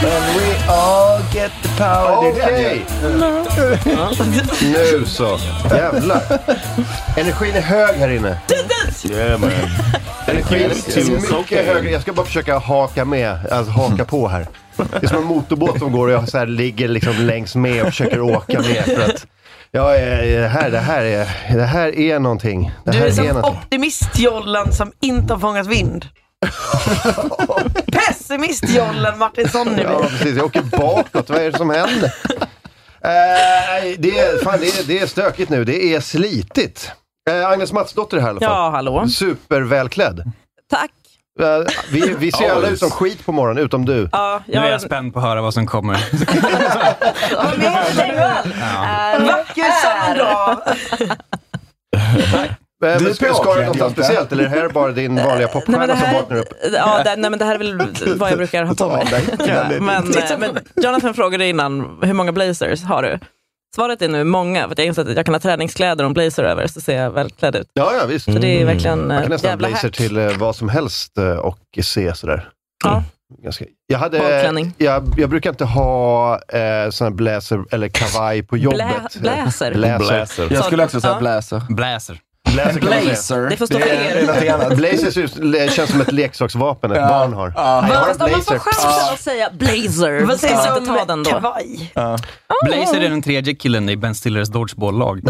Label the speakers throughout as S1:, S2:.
S1: And we all get the power. Det är
S2: Okej.
S1: den ju.
S2: Nu så.
S1: Jävlar. Energin är hög här inne.
S2: Yeah, man.
S1: Energin
S2: Too
S1: är mycket
S2: cocaine.
S1: högre. Jag ska bara försöka haka med. Alltså haka på här. Det är som en motorbåt som går och jag så här ligger liksom längs med och försöker åka med. För att jag är, det, här, det, här är, det här är någonting. Det
S3: Du
S1: här
S3: är
S1: är
S3: som
S1: någonting.
S3: optimistjollen som inte har fångat vind. Pessimistjollen Martinsson nu.
S1: Ja, precis. Jag åker bakåt. Vad är det som händer? Eh, det, är, fan, det, är, det är stökigt nu. Det är slitigt. Eh, Agnes Matsdotter här i alla fall.
S4: Ja, hallå.
S1: Supervälklädd.
S4: Tack.
S1: Eh, Vi, vi ser alla ut som skit på morgonen, utom du. Eh,
S4: Ja,
S5: Nu är
S4: jag,
S5: jag spänd på att höra vad som kommer.
S3: Vacker sommardag.
S1: Eh, Men
S2: Du ska
S1: ska du
S2: åka,
S1: något
S2: Jonte.
S1: speciellt, eller är det här bara din vanliga
S4: nej, men det
S1: popstjärna som
S4: här,
S1: vaknar upp? Typ.
S4: ja, det, nej, men det här är väl vad jag brukar ha på mig.
S1: Ja.
S4: Men, eh, men Jonathan frågade innan, hur många blazers har du? Svaret är nu många, för att jag inser att jag kan ha träningskläder och en blazer över, så ser jag välklädd ut.
S1: Ja, ja, visst.
S4: Så det är verkligen
S1: Man
S4: eh,
S1: kan nästan ha
S4: jävla
S1: blazer
S4: hack.
S1: till eh, vad som helst eh, och se sådär.
S4: Ja.
S1: Ganska. Jag, hade,
S4: Badklänning.
S1: jag, jag brukar inte ha eh, sån här blazer eller kavaj på jobbet.
S4: Blä, bläser.
S1: Blazer.
S2: Jag skulle också säga
S4: Ja.
S2: blazer.
S5: Bläser.
S1: Blazer kan man säga.
S2: Blazer.
S4: Det får stå för
S2: är- det är
S4: er.
S2: någonting annat.
S1: Blazer ser ut- le- känns som ett leksaksvapen ett
S2: Ja.
S1: barn har.
S2: Ja.
S1: Nej, Jag har en
S4: Fast om man får
S1: blazer.
S4: chansen att säga blazer,
S3: Vad
S4: ska man
S3: sägs
S4: inte ta den
S3: om
S4: då?
S3: kavaj?
S5: Blazer är den tredje killen i Ben Stillers dodgeballag.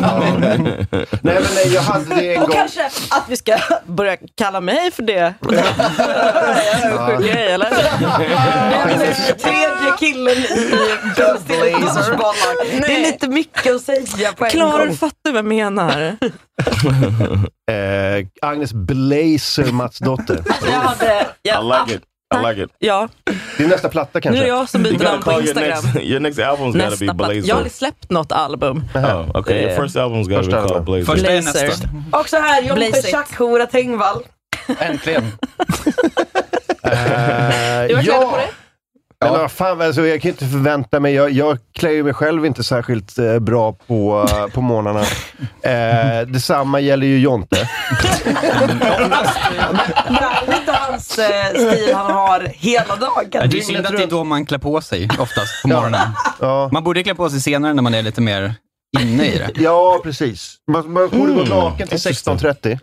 S1: Nej, men nej, jag hade det en
S4: Och
S1: gång.
S4: kanske att vi ska börja kalla mig för det. Sjuk grej, eller?
S3: Tredje killen i Ben Stillers barnlag. Det är lite mycket att säga på en
S4: Klarar
S3: gång.
S4: du fattar vad jag menar?
S1: Eh, Agnes Blazer Eh, Matsdotter.
S4: Jag hade,
S6: I like it. I like it.
S4: ja,
S1: Din nästa platta
S4: nu är
S1: kanske?
S4: det jag som
S6: You
S4: byter
S6: gotta
S4: namn på
S6: call your
S4: Instagram.
S6: next your next album's gotta be
S4: Nästa platta. Jag har
S6: Blazer.
S4: aldrig släppt något album.
S6: Oh, okay. Your
S4: Yeah.
S6: first album's gotta
S1: First
S6: be called
S1: album.
S6: Blazer.
S5: Första är
S4: Blazer.
S5: nästa.
S3: Och så här, Jonte
S4: Blaze it.
S3: Tjackhora Tengvall.
S5: Äntligen.
S1: Eh,
S4: Du har kläder
S1: ja.
S4: på dig?
S1: Men vad fan, alltså, jag kan inte förvänta mig. Jag, jag klär ju mig själv inte särskilt eh, bra på, eh, på morgnarna. Eh, detsamma gäller ju Jonte.
S3: Det är inte hans eh, stil han har hela dagen.
S5: Det är synd att det är då man klär på sig oftast på morgonen.
S1: Ja,
S5: Man borde klä på sig senare när man är lite mer inne i det.
S1: ja precis. Man, man borde gå naken till 16.30.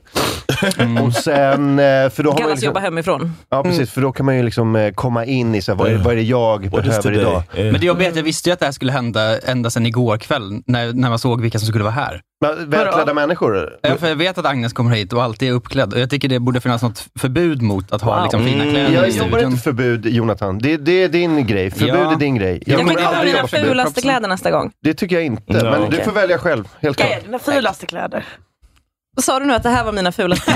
S1: Och sen, eh, för då har man ju
S4: Kallas jobba
S1: liksom,
S4: hemifrån.
S3: Mm.
S1: Ja, precis. För då kan man ju liksom eh, komma in i så här, vad, är, vad är det jag
S6: What is
S1: behöver
S6: today?
S1: idag.
S6: Yeah.
S5: Men det jobbiga är att jag visste ju att det här skulle hända ända sedan igår kväll, när, när man såg vilka som skulle vara här.
S1: Men, Välklädda människor?
S5: Ja, för jag vet att Agnes kommer hit och alltid är uppklädd. Och jag tycker det borde finnas något förbud mot att ha liksom, fina kläder
S1: Jag
S5: i
S1: jobbar
S5: studion.
S1: inte förbud, Jonathan. Det, det är din grej. Förbud
S5: Ja.
S1: är din grej.
S5: Ja,
S1: Jag
S5: men
S4: Du
S1: kommer
S4: kommer ha
S1: aldrig jobba
S4: dina
S1: förbud.
S4: fulaste kläder nästa gång.
S1: Det tycker jag inte.
S6: No.
S1: men du
S6: Okej.
S1: får välja själv, helt
S3: Vilka
S1: klart.
S3: är dina fulaste kläder?
S4: Vad sa du nu att det här var mina fulaste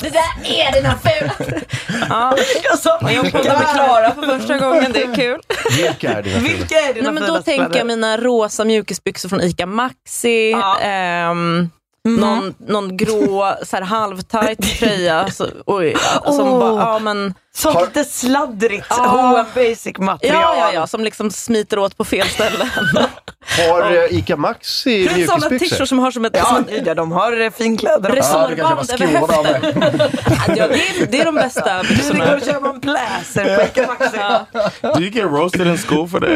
S4: Det där är dina fulaste. Ja,
S3: Jag sa,
S4: jag poddar med Klara för första gången, det är kul.
S1: Vilka är dina fulaste?
S3: vilka är dina
S4: Nej, men då
S3: fulaste
S4: tänker
S3: kläder?
S4: jag mina rosa mjukisbyxor från ICA Maxi.
S3: Ja.
S4: ehm, någon, någon grå så här, halvtajt tröja. Så, oj, ja, som,
S3: Åh.
S4: bara, ja, men,
S3: Sånt lite sladdrigt
S4: Ja.
S3: H&M basic
S4: ja,
S3: material.
S4: ja, ja, som liksom smiter åt på fel ställen.
S1: Har eh, Ica Maxi
S4: Det är sådana t-shirts
S1: mjukisbyxor?
S4: som har som ett, som
S3: Ja,
S4: ett
S3: nu, ja, de har eh, finkläder. också.
S2: Ja, det kanske var
S4: resårband över
S2: skruvar
S4: höften.
S2: av mig.
S4: Ja, det, är, det är de bästa
S3: Du, det går
S4: byxorna.
S3: att köpa en blazer på Ica Maxi.
S6: Do you get roasted in school for that?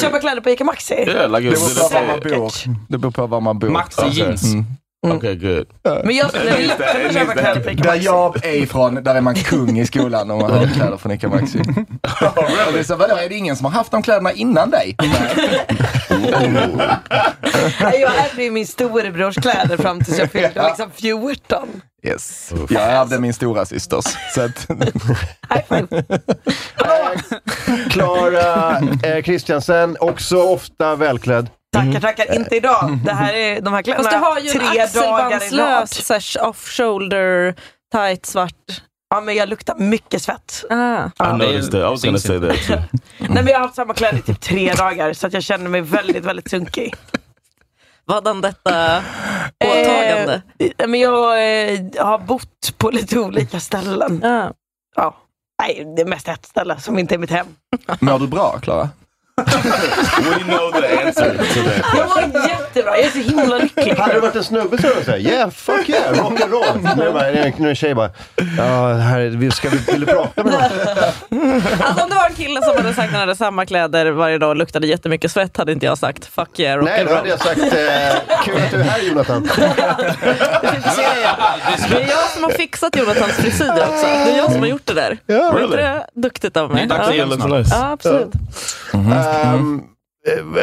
S3: Köpa kläder på Ica Maxi.
S6: yeah, like it
S2: Det
S6: was
S2: beror på var man
S6: little
S2: bor. Det beror på var man bor.
S5: Maxi jeans.
S6: Okay, good.
S4: Men jag skulle vilja
S6: Nästa-
S4: köpa
S6: nästa-
S4: kläder på Ica
S7: Där
S4: Maxi.
S7: jag är ifrån, där är man kung i skolan om man har kläder från Ica Maxi. Och det är så, vadå, är det ingen som har haft de kläderna innan dig?
S3: Nej, Jag hade ju min storebrors kläder fram tills jag fyllde liksom 14.
S7: Yes. Jag ärvde min stora systers. Så att,
S3: High five.
S1: Klara eh, Kristiansen, också ofta välklädd.
S3: Tackar, tackar. Inte idag. Det här är, de här kläderna
S4: Fast du har ju en
S3: tre dagar i rad.
S4: axelbandslös sash off shoulder, tight svart.
S3: Ja, men jag luktar mycket svett.
S4: Ah.
S6: I noticed that. I was gonna say that too.
S3: Nej, men jag har haft samma kläder i typ tre dagar så att jag känner mig väldigt, väldigt sunkig.
S4: Vadan detta åtagande?
S3: Eh, men jag eh, har bott på lite olika ställen.
S4: Ah.
S3: Ja. Nej, det är mest ett ställe som inte är mitt hem.
S7: mår du bra, Klara?
S6: We know the answer to that
S3: Jag
S6: question.
S3: mår jättebra, jag är så himla lycklig.
S1: Hade det varit en snubbe så hade jag sagt yeah, fuck yeah, rock'n'roll. Nu är det bara- nu är det en tjej bara, ja, det här, är- vi ska, vi- vill du prata med någon?
S4: Alltså, om det var en kille som hade sagt att han hade samma kläder varje dag och luktade jättemycket svett hade inte jag sagt fuck yeah
S1: Nej, då
S4: rock'n'roll.
S1: hade jag sagt, eh, kul att du är här Jonathan.
S4: Det är jag som har fixat Jonathans frisyr också. Det är jag som har gjort det där.
S1: Ja.
S4: Var inte det duktigt av mig?
S5: Det är dags att
S4: Ja.
S5: ge-
S6: looks nice.
S4: Ja, absolut.
S1: Ehm,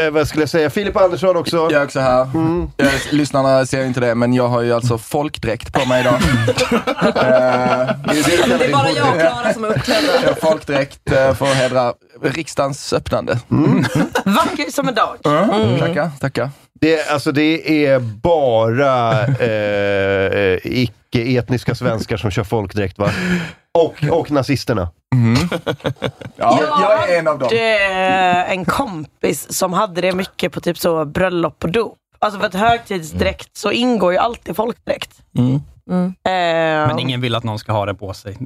S1: eh, vad skulle jag säga? Filip Andersson också.
S7: Jag är också här. Jag, lyssnarna ser ju inte det, men jag har ju alltså folkdräkt på mig idag. Eh,
S4: Det är bara jag och Klara som är uppklädda.
S7: jag har folkdräkt eh, för att hedra riksdagens öppnande.
S1: Mm.
S3: Vacker som en dag.
S4: Mm.
S7: Tackar, tackar.
S1: Det, alltså det är bara eh, eh, icke-etniska svenskar som kör folkdräkt va? Och, och nazisterna.
S7: Ja,
S3: Ja.
S7: jag är en av dem.
S3: hade en kompis som hade det mycket på typ så bröllop och dop. Alltså för att högtidsdräkt så ingår ju alltid folkdräkt.
S7: Mm.
S3: Eh,
S5: Men ingen vill att någon ska ha det på sig.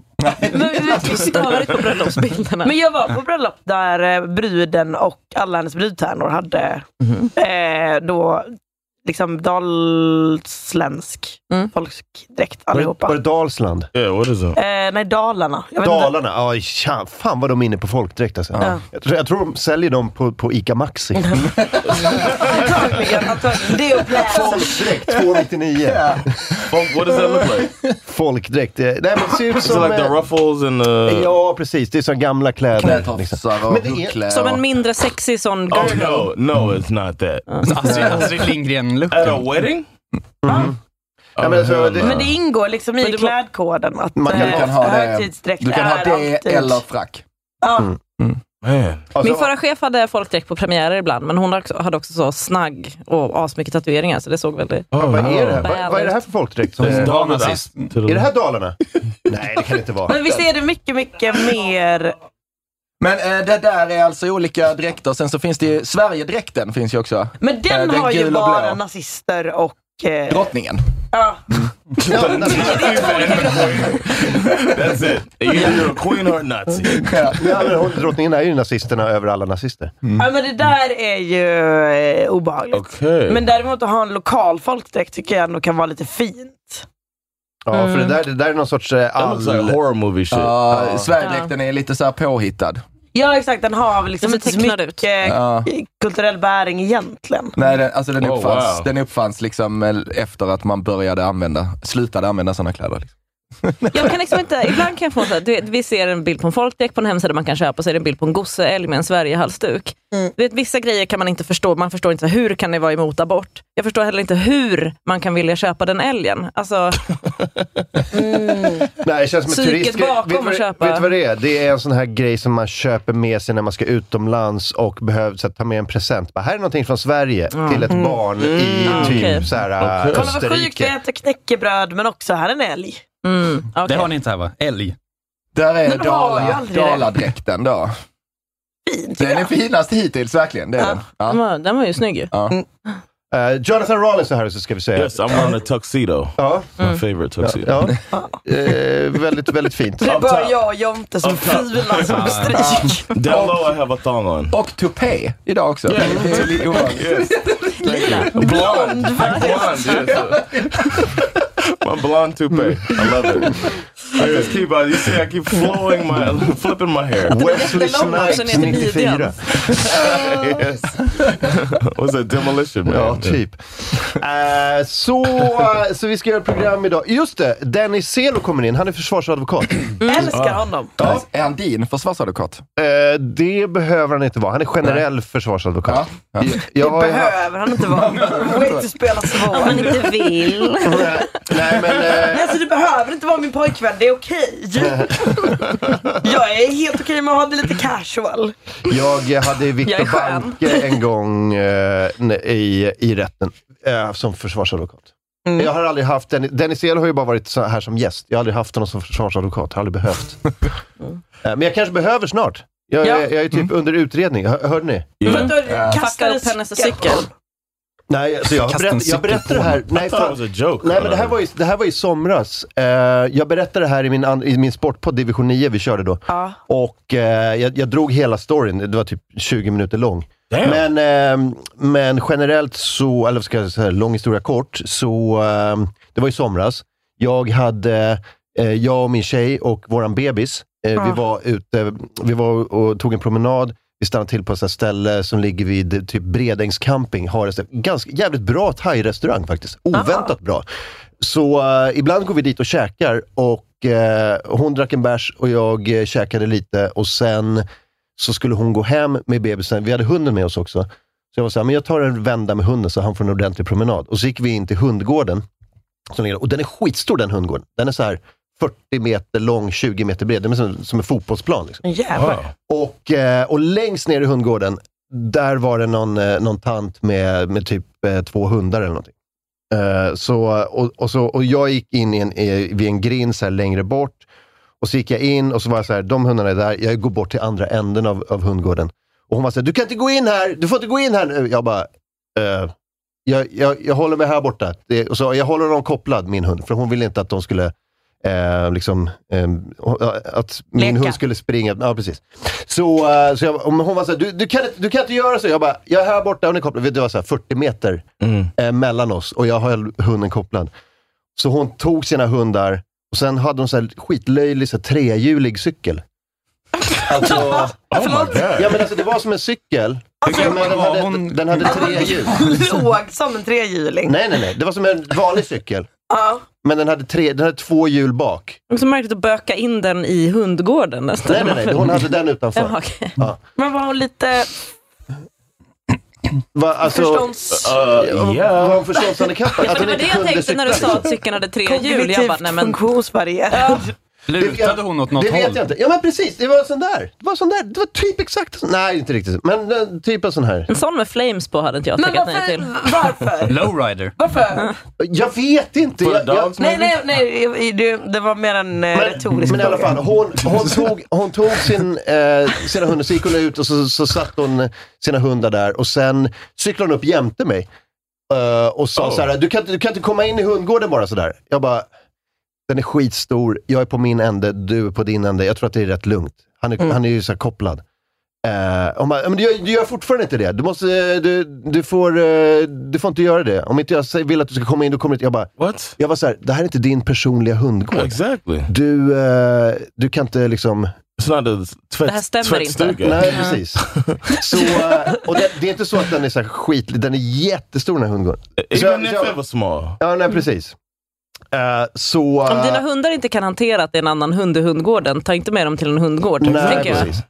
S4: Vi störigt på bröllopsbilderna.
S3: men jag var på bröllop där eh, bruden och alla hennes brudtärnor hade
S7: Mm-hmm.
S3: eh, då liksom dalsländsk
S4: Mm.
S3: folkdräkt
S1: Var det,
S3: allihopa.
S1: var det Dalsland?
S6: Yeah, what is up?
S3: Eh, nej, Dalarna. Jag vet inte.
S1: Dalarna? Ja, tja, fan vad de är inne på folkdräkt alltså.
S3: Ja.
S1: Jag, tror, jag tror de säljer dem på, på Ica Maxi.
S3: Antagligen, antagligen. Det och pläder.
S1: folkdräkt, 299.
S6: Folk, what does that look like?
S1: Folkdräkt. eh, Nej, men det ser ut
S6: Is it
S1: som...
S6: like the
S1: eh,
S6: ruffles and the...
S1: Ja, precis. Det är som gamla kläder. Liksom.
S7: Knätofsar och
S1: Men det är-
S7: hucklor.
S4: Som
S7: och-
S4: en mindre sexig sån
S6: Oh
S4: girl.
S6: no, no, it's not that.
S5: Alltså,
S4: Alltså,
S5: Astrid, Astrid
S6: At a
S5: Lindgren-looken.
S6: wedding?
S1: Ja, men alltså,
S6: hell
S1: det-
S6: no.
S3: Men det ingår liksom i
S4: Men det-
S3: klädkoden att eh,
S1: Man kan-
S7: Du kan ha det,
S3: högtidsdräkt
S7: du kan
S3: är
S7: ha det
S3: alltid-
S7: eller frack.
S3: Ja.
S1: Mm.
S6: Man.
S1: Alltså,
S4: Min förra chef hade folkdräkt på premiärer ibland, men hon också- hade också så snagg och asmycket tatueringar, så det såg väldigt...
S6: Oh,
S1: vad är det här?
S6: no.
S1: Vad, vad är det här för folkdräkt?
S5: Som
S1: Eh,
S5: en dam nazist.
S6: To
S1: Är det
S6: the
S1: här Dalarna? Nej, det kan det inte vara.
S3: Men visst är det mycket, mycket mer...
S7: Men eh, det där är alltså olika dräkter. Sen så finns det ju, Sverigedräkten finns ju också.
S3: Men den,
S7: Eh, den
S3: har ju
S7: gul och
S3: bara
S7: blå.
S3: nazister och... Eh,
S7: Drottningen.
S3: ja.
S1: Ja, nazister.
S6: That's it. Either you're a queen or a Nazi.
S1: Ja, men hon, drottningen är ju nazisterna över alla nazister.
S3: ja, men det där är ju eh, obehagligt.
S6: Okay.
S3: Men däremot att ha en lokal folkdräkt tycker jag ändå kan vara lite fint.
S1: Ja, för det där, det där är någon sorts eh,
S6: That looks like
S1: all...
S6: horror movie shit.
S7: Ja, Sverigedräkten är lite så här påhittad.
S3: Ja exakt, den har väl liksom
S4: Den ser
S3: inte så
S4: tecknad
S3: mycket eh,
S7: Ja.
S3: kulturell bäring egentligen.
S7: Nej, den, alltså den
S6: Oh,
S7: uppfanns,
S6: wow.
S7: den uppfanns liksom eh, efter att man började använda, slutade använda sådana kläder. Liksom.
S4: Jag kan liksom inte, ibland kan jag få så här, du vet, vi ser en bild på en folkdräkt på en hemsida man kan köpa, och så är det en bild på en gosseälg med en Sverigehalsduk. Du vet, vissa grejer kan man inte förstå, man förstår inte så här, hur kan det vara emot abort? Jag förstår heller inte hur man kan vilja köpa den älgen. Alltså,
S1: Nej, det känns som en
S4: Psyket
S1: turist.
S4: bakom
S1: vet, du vad
S4: och
S1: det-
S4: köpa.
S1: vet du vad det är? Det är en sån här grej som man köper med sig när man ska utomlands och behöver så här, ta med en present. Bara, här är någonting från Sverige till ett barn i
S3: Mm.
S1: typ
S4: Okej.
S1: så här, eh,
S3: Kolla vad sjukt vi
S1: Österrike.
S3: äter knäckebröd men också här är en älg.
S4: mm, okej.
S5: Det har ni inte här va? Älg.
S7: Där är
S3: Men de har ju
S7: Dala,
S3: aldrig det.
S7: Daladräkten då.
S3: Fint
S7: Den
S3: tycker
S7: är
S3: jag.
S7: finast hittills verkligen. Det är den.
S4: Den
S7: Ja.
S4: var, den var ju snygg ju.
S1: Eh, Jonathan Rollins är här så ska vi säga.
S6: Yes, I'm wearing a tuxedo.
S1: Ja,
S3: Mm.
S6: My favorite tuxedo.
S1: ja. Eh, väldigt, väldigt fint.
S3: Det är
S6: Up
S3: bara
S6: top.
S3: jag och Jonte som
S6: Up top.
S3: filar som stryk.
S6: Down low, I have a thong on.
S7: Och tupé idag också. Det är lite ovanligt.
S6: Yes. Thank you. Blonde. Blonde, yes. My blonde toupee. I love it. I just keep,
S2: uh,
S6: I- you see I keep flowing my, flipping my hair.
S1: Wesley Snipes 94.
S6: yes. What's that, demolition man?
S1: Ja, typ. Eh, så, eh, så vi ska göra ett program idag. Just det, Dennis Selo kommer in. Han är försvarsadvokat.
S3: Mm. Älskar honom.
S1: Ja.
S7: Är han din försvarsadvokat?
S1: Eh, det behöver han inte vara. Han är generell försvarsadvokat. Ja. Jag, har ju haft-
S3: Behöver han inte vara. Wait inte spela svår.
S4: Om man inte vill.
S1: nej, men, eh,
S3: Nej, alltså, du behöver inte vara min pojkvän, det är okej. Jag är helt okej med att ha det lite casual.
S1: Jag hade
S3: Jag är
S1: Viktor
S3: skön.
S1: Banke en gång eh, ne- i, i rätten eh, som försvarsadvokat.
S3: Mm.
S1: Jag har aldrig haft Dennis, Dennis El har ju bara varit så här som gäst. Jag har aldrig haft honom som försvarsadvokat. Har aldrig behövt. Eh, Men jag kanske behöver snart. Jag,
S3: Ja.
S1: jag, jag är typ under utredning. Hör, hörde ni?
S3: Men då kastar
S4: Fucka
S3: en
S4: upp hennes cykel.
S1: Nej, alltså jag,
S5: Kasta en
S1: berätt, jag
S5: cykel
S1: berättar
S5: på
S1: det här.
S5: honom.
S1: Nej,
S6: I thought
S1: fan.
S6: it was a joke.
S1: Nej, men det här var i, det här var i somras. Eh, jag berättade det här i min, an, i min sportpodd Division 9 vi körde då.
S3: Ja.
S1: Och eh, jag, jag drog hela storyn, det var typ 20 minuter lång.
S6: Damn.
S1: Men, eh, men generellt så, eller vad ska jag säga, lång historia kort, så eh, det var i somras. Jag hade, eh, jag och min tjej och våran bebis, eh, vi var ute, vi var och tog en promenad, vi stannade till på ett sånt här ställe som ligger vid eh, typ Bredängs camping. Har ett ganska, jävligt bra thai-restaurang faktiskt. Oväntat bra. Så eh, ibland går vi dit och käkar och eh, hon drack en bärs och jag eh, käkade lite och sen så skulle hon gå hem med bebisen. Vi hade hunden med oss också. Så jag var så här, men jag tar en vända med hunden så han får en ordentlig promenad. Och så gick vi in till hundgården. Som ligger, och den är skitstor den hundgården. Den är så här 40 meter lång, 20 meter bred. Den är som, som en fotbollsplan. Liksom.
S3: Jävlar.
S1: Och, eh, och längst ner i hundgården, där var det någon, eh, någon tant med, med typ eh, två hundar eller någonting. Eh, Så, och, och, så, och jag gick in i en, i- vid en grind så här längre bort. Och så gick jag in och så var jag så här, de hundarna är där. Jag går bort till andra änden av, av hundgården. Och hon var så här, du kan inte gå in här! Du får inte gå in här nu! Jag bara, eh, jag, jag, jag håller mig här borta. Det, och så, jag håller dem kopplad, min hund, för hon ville inte att de skulle Eh, liksom, eh, att min
S3: Leka.
S1: hund skulle springa. Ja, precis. Så, eh, så jag, och hon var såhär, du, du, kan, inte- du kan inte göra så. Jag bara, jag är här borta, hon är kopplad. Vet du, Det var såhär 40 meter eh, mellan oss och jag höll hunden kopplad. Så hon tog sina hundar och sen hade hon så här skitlöjlig så här, trehjulig cykel. Alltså,
S6: Oh my god.
S1: ja, men alltså, det var som en cykel.
S3: Alltså,
S5: gammal
S1: men den,
S5: var
S1: hade,
S5: hon?
S1: den hade tre hjul.
S3: Låg som en trehjuling.
S1: Nej, nej, nej. Det var som en vanlig cykel.
S3: Ja.
S1: Men den hade, tre, den hade två hjul bak.
S4: Det är så märkligt att böka in den i hundgården nästan.
S1: Nej, nej, nej. Hon hade den utanför.
S4: Jaha, okej.
S3: Men var hon lite
S1: Va, alltså,
S3: förstånds...
S1: ja,
S6: yeah.
S1: Var hon förståndshandikappad? Att
S4: Det
S1: hon
S4: var det
S1: inte
S4: jag
S1: kunde
S4: tänkte när du
S1: cykla?
S4: sa att cykeln hade tre hjul. Jag bara,
S3: Kognitivt
S4: nej men
S3: funktionsvarierad.
S5: Lutade hon åt något
S1: det
S5: håll?
S1: vet jag inte. Ja, men precis. Det var sån där. Det var sån där. Det var typ exakt sån. Nej, inte riktigt. Men eh, typ en sån här.
S4: en sån med flames på hade inte jag
S3: Men
S4: tackat nej
S3: varför?
S4: till.
S3: Varför?
S5: Lowrider.
S3: Varför?
S1: Jag vet inte.
S6: För
S1: Jag, jag,
S6: dogs,
S3: Nej,
S6: maybe?
S3: nej, nej. Det, det var mer en eh,
S1: men,
S3: retorisk
S1: men i alla fall,
S3: fråga.
S1: hon, hon, tog, hon tog sin, eh, sina hundar, så gick hon ut och så, så satt hon sina hundar där och sen cyklade hon upp jämte mig. eh, och sa
S6: Oh.
S1: så här, du kan, inte- du kan inte komma in i hundgården bara sådär. Jag bara, den är skitstor, jag är på min ände, du är på din ände. Jag tror att det är rätt lugnt. Han är,
S6: Mm.
S1: han är ju så här kopplad. Eh, hon bara, men du, gör, du gör fortfarande inte det. Du, måste, eh, du, du, får, eh, du får inte göra det. Om inte jag säger- vill att du ska komma in, då kommer du inte. Jag bara,
S6: What?
S1: jag var så här, det här är inte din personliga hundgård
S6: Exactly.
S1: du, eh, du kan inte liksom...
S6: It's not a tvätt,
S4: Det här stämmer
S6: tvättstuga.
S1: Nej, precis. Så, eh, och det, det är inte så att den är så här skitlig, den är jättestor den här hundgården.
S6: Even if
S1: Så-
S6: it was small.
S1: Ja, nej precis. Eh, så...
S4: Om dina
S1: eh,
S4: hundar inte kan hantera att det är en annan hund i hundgården, ta inte med dem till en hundgård.
S1: nej,
S4: tänker jag.
S1: precis.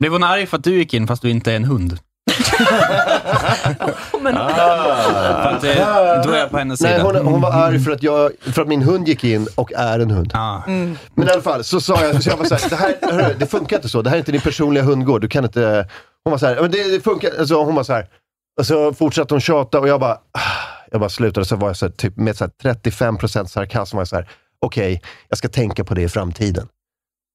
S5: Blev hon arg för att du gick in fast du inte är en hund?
S1: Eh,
S5: För att, eh, då är jag på hennes
S1: Nej,
S5: sida.
S1: hon, hon var arg för att, jag, för att min hund gick in och är en hund.
S5: Ah.
S1: Men i alla fall, så sa jag, så jag var så här, det, här, hörru, det funkar inte så. Det här är inte din personliga hundgård. Du kan inte... Hon var så här, men det, det funkar alltså, Hon var så här, och så fortsatte hon tjata och jag bara... ah. Jag bara slutade, så var jag så här, typ, med så här 35% sarkasm var jag så här, okej, jag ska tänka på det i framtiden.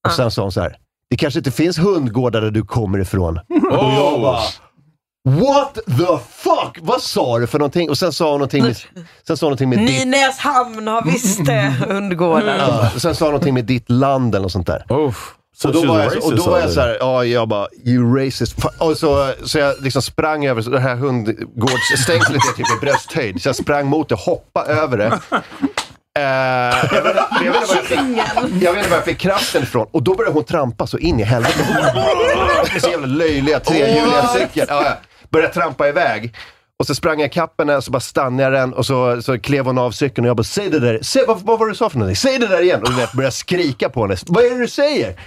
S1: Och sen sa hon så här, det kanske inte finns hundgårdar där du kommer ifrån. Och jag bara, what the fuck? Vad sa du för någonting? Och sen sa hon någonting med, sen sa hon någonting med ditt...
S3: Nynäshamn har visst det, hundgården.
S1: Ja, Mm. och sen sa hon någonting med ditt land eller något sånt där.
S6: Oof. So
S1: Och då
S6: she
S1: var
S6: was
S1: jag, och
S6: racist
S1: då var jag
S6: already.
S1: så här, ja, jag bara, you racist. Fa- Och så, så jag liksom sprang över så det här hundgårdsstängslet, är typ i brösthöjd. Så jag sprang mot det, hoppade över det. Eh, jag vet inte- jag vet inte var jag fick- jag vet inte var jag fick kraften ifrån. Och då började hon trampa så in i helvete. Med så jävla löjliga trehjuliga
S2: What?
S1: cykel. Ja, ja. Började trampa iväg. Och så sprang jag ikapp henne, så bara stannade jag den och så, så klev hon av cykeln och jag bara säg det där, säg, vad, vad var det du sa för någonting? Säg det där igen! Och du vet, började skrika på henne. Vad är det du säger?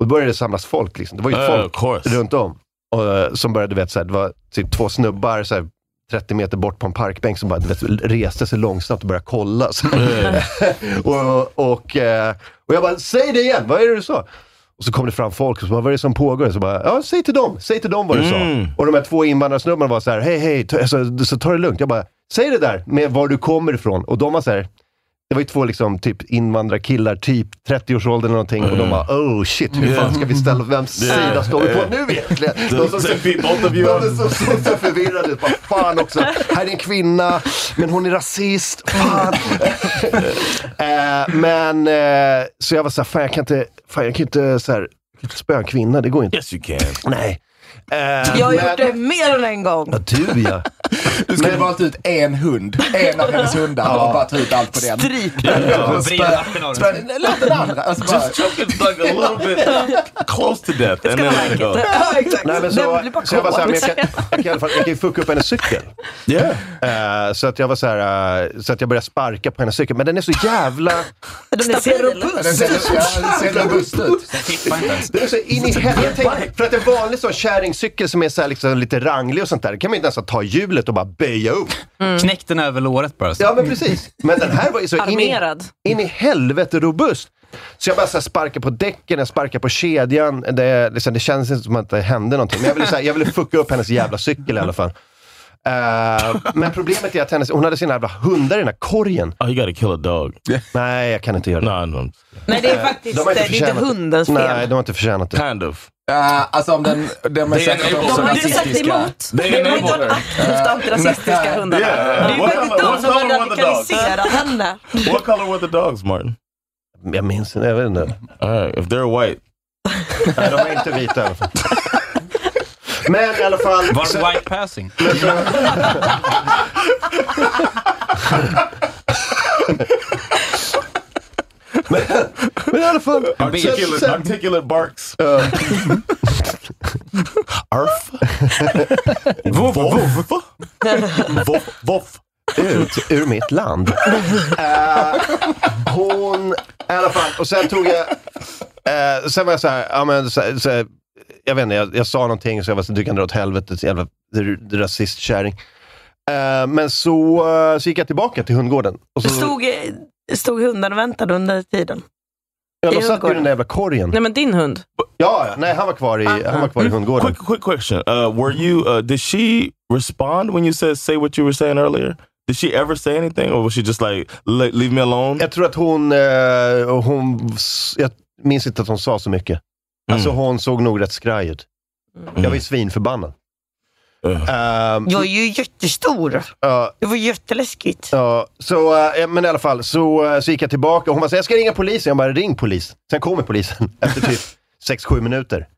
S1: Och då började det samlas folk. Liksom. Det var ju
S2: Eh, of
S1: folk runt om. Och, eh, som började, du vet, såhär, det var typ två snubbar såhär, 30 meter bort på en parkbänk som bara du vet, reste sig långsamt och började kolla. Så.
S2: Eh.
S1: och, och, eh, och jag bara, säg det igen, vad är det du sa? Och så kom det fram folk och så bara, vad är det som pågår? Så bara, ja, säg till dem, säg till dem vad du
S2: Mm.
S1: sa. Och de här två invandrarsnubbarna var så här, hej hej, ta, alltså, så ta det lugnt. Jag bara, säg det där med var du kommer ifrån. Och de var så här, det var ju två liksom, typ invandrarkillar, typ 30-årsåldern eller någonting.
S2: Mm.
S1: Och de bara, oh shit, hur fan ska vi ställa, vems
S2: Yeah.
S1: sida står vi på nu egentligen? De som
S2: The people of
S1: Eh, de
S2: you.
S1: som såg så förvirrade ut. Vad fan också, här är en kvinna, men hon är rasist. Fan. eh, men, eh, så jag var så här, fan jag kan inte, fan, jag kan inte, så här, jag kan inte spöa en kvinna, det går inte.
S2: Yes you can.
S1: Nej. Eh,
S3: Jag har
S1: men-
S3: gjort det mer än en gång.
S1: Ja, du ja.
S7: Du skulle valt ut en hund, en av hennes hundar och bara ta ut allt på den.
S3: Stryp
S7: Och spö- spö- Låt den andra. Alltså bara,
S2: Just choke his dog a little bit close to death and then let it go.
S3: Ja, exakt.
S1: Nej, men
S3: Den
S1: så,
S3: blir bara
S1: så jag var så här, men
S3: kåt.
S1: jag kan, jag kan i alla fall, jag kan ju fucka upp hennes cykel.
S2: Yeah.
S1: Eh, så att jag var så här, eh, så att jag började sparka på hennes cykel. Men den är så jävla...
S3: Den är
S7: den ser-
S3: serobust.
S7: ja, den ser robust ut.
S1: Det är så in i helvete. Jag tänker- För att en vanlig sån kärringcykel som är så här liksom lite ranglig och sånt där, kan man inte ens ta hjulet och bara böja upp.
S5: Mm. Knäck den över låret bara. Så.
S1: Ja, men precis. Men den här var ju så in i,
S4: Armerad.
S1: in i helvete robust. Så jag bara så här sparkar på däcken, jag sparkar på kedjan. Det, liksom, det känns inte som att det hände någonting. Men jag ville, så här, jag ville fucka upp hennes jävla cykel i alla fall. Eh, men problemet är att hennes, hon hade sina jävla hundar i den här korgen.
S2: Oh, you gotta kill a dog.
S1: Nej, jag kan inte göra det.
S2: No, no.
S3: Nej, det är faktiskt
S1: De har
S3: det
S1: inte
S3: är inte
S1: förtjänat det.
S3: hundens
S1: Nej,
S3: fel.
S1: de har inte förtjänat det.
S2: Kind of.
S7: Ja, alltså om den, den är
S2: Det är
S7: säkert
S2: en
S7: också
S2: ebola.
S4: Har du sagt
S7: rasistiska.
S4: emot?
S2: They
S3: Det var inte de
S2: enable her.
S3: aktivt antirasistiska
S7: Nej.
S3: hundarna. Det
S2: Yeah.
S3: är ju
S2: What
S3: faktiskt
S2: color-
S3: de
S2: what
S3: som
S2: color
S3: har
S2: were the dogs?
S3: radikaliserat
S1: Mm.
S3: henne.
S2: What color were the dogs, Martin?
S1: Jag minns inte, jag vet inte.
S2: All right, if they're white.
S1: Nej, de är inte vita i alla fall. Men i alla fall.
S5: Var
S1: så-
S5: det white passing?
S1: Men i alla fall.
S2: Articulate,
S1: sen-
S2: articulate barks.
S1: Ja.
S2: Arf. Voff. Voff. Voff. Voff.
S1: ut ur mitt land. Eh, hon, i alla fall, och sen tog jag, eh, sen var jag så här, ja men så, så, jag vet inte, jag, jag sa någonting så jag var så du kan dra åt helvete, så jävla r- rasistkärring. Eh, men så, eh, så gick jag tillbaka till hundgården. Och så,
S3: Stod, stod hunden och väntade under tiden.
S1: ja,
S3: i
S1: de satt ju i den
S3: hundgården?
S1: där jävla korgen.
S4: Nej men din hund.
S1: Ja, ja, nej han var kvar i, han var kvar i hundgården.
S2: Ah, mm. Quick, quick question. Uh, were you? Uh, did she respond when you said say what you were saying earlier? Did she ever say anything, or was she just like "Le- leave me alone?
S1: Jag tror att hon, eh, hon, jag minns inte att hon sa så mycket.
S2: Mm.
S1: Alltså hon såg nog rätt skraj ut. Jag var ju svinförbannad.
S2: Ugh.
S1: Ehm,
S3: Jag är ju jättestor.
S1: ja,
S3: Det var jätteläskigt.
S1: Ja, så, eh, men i alla fall, så, eh, så gick jag tillbaka och hon bara, så här, jag ska ringa polisen. Jag bara, ring polis. Sen kommer polisen efter typ 6-7 minuter.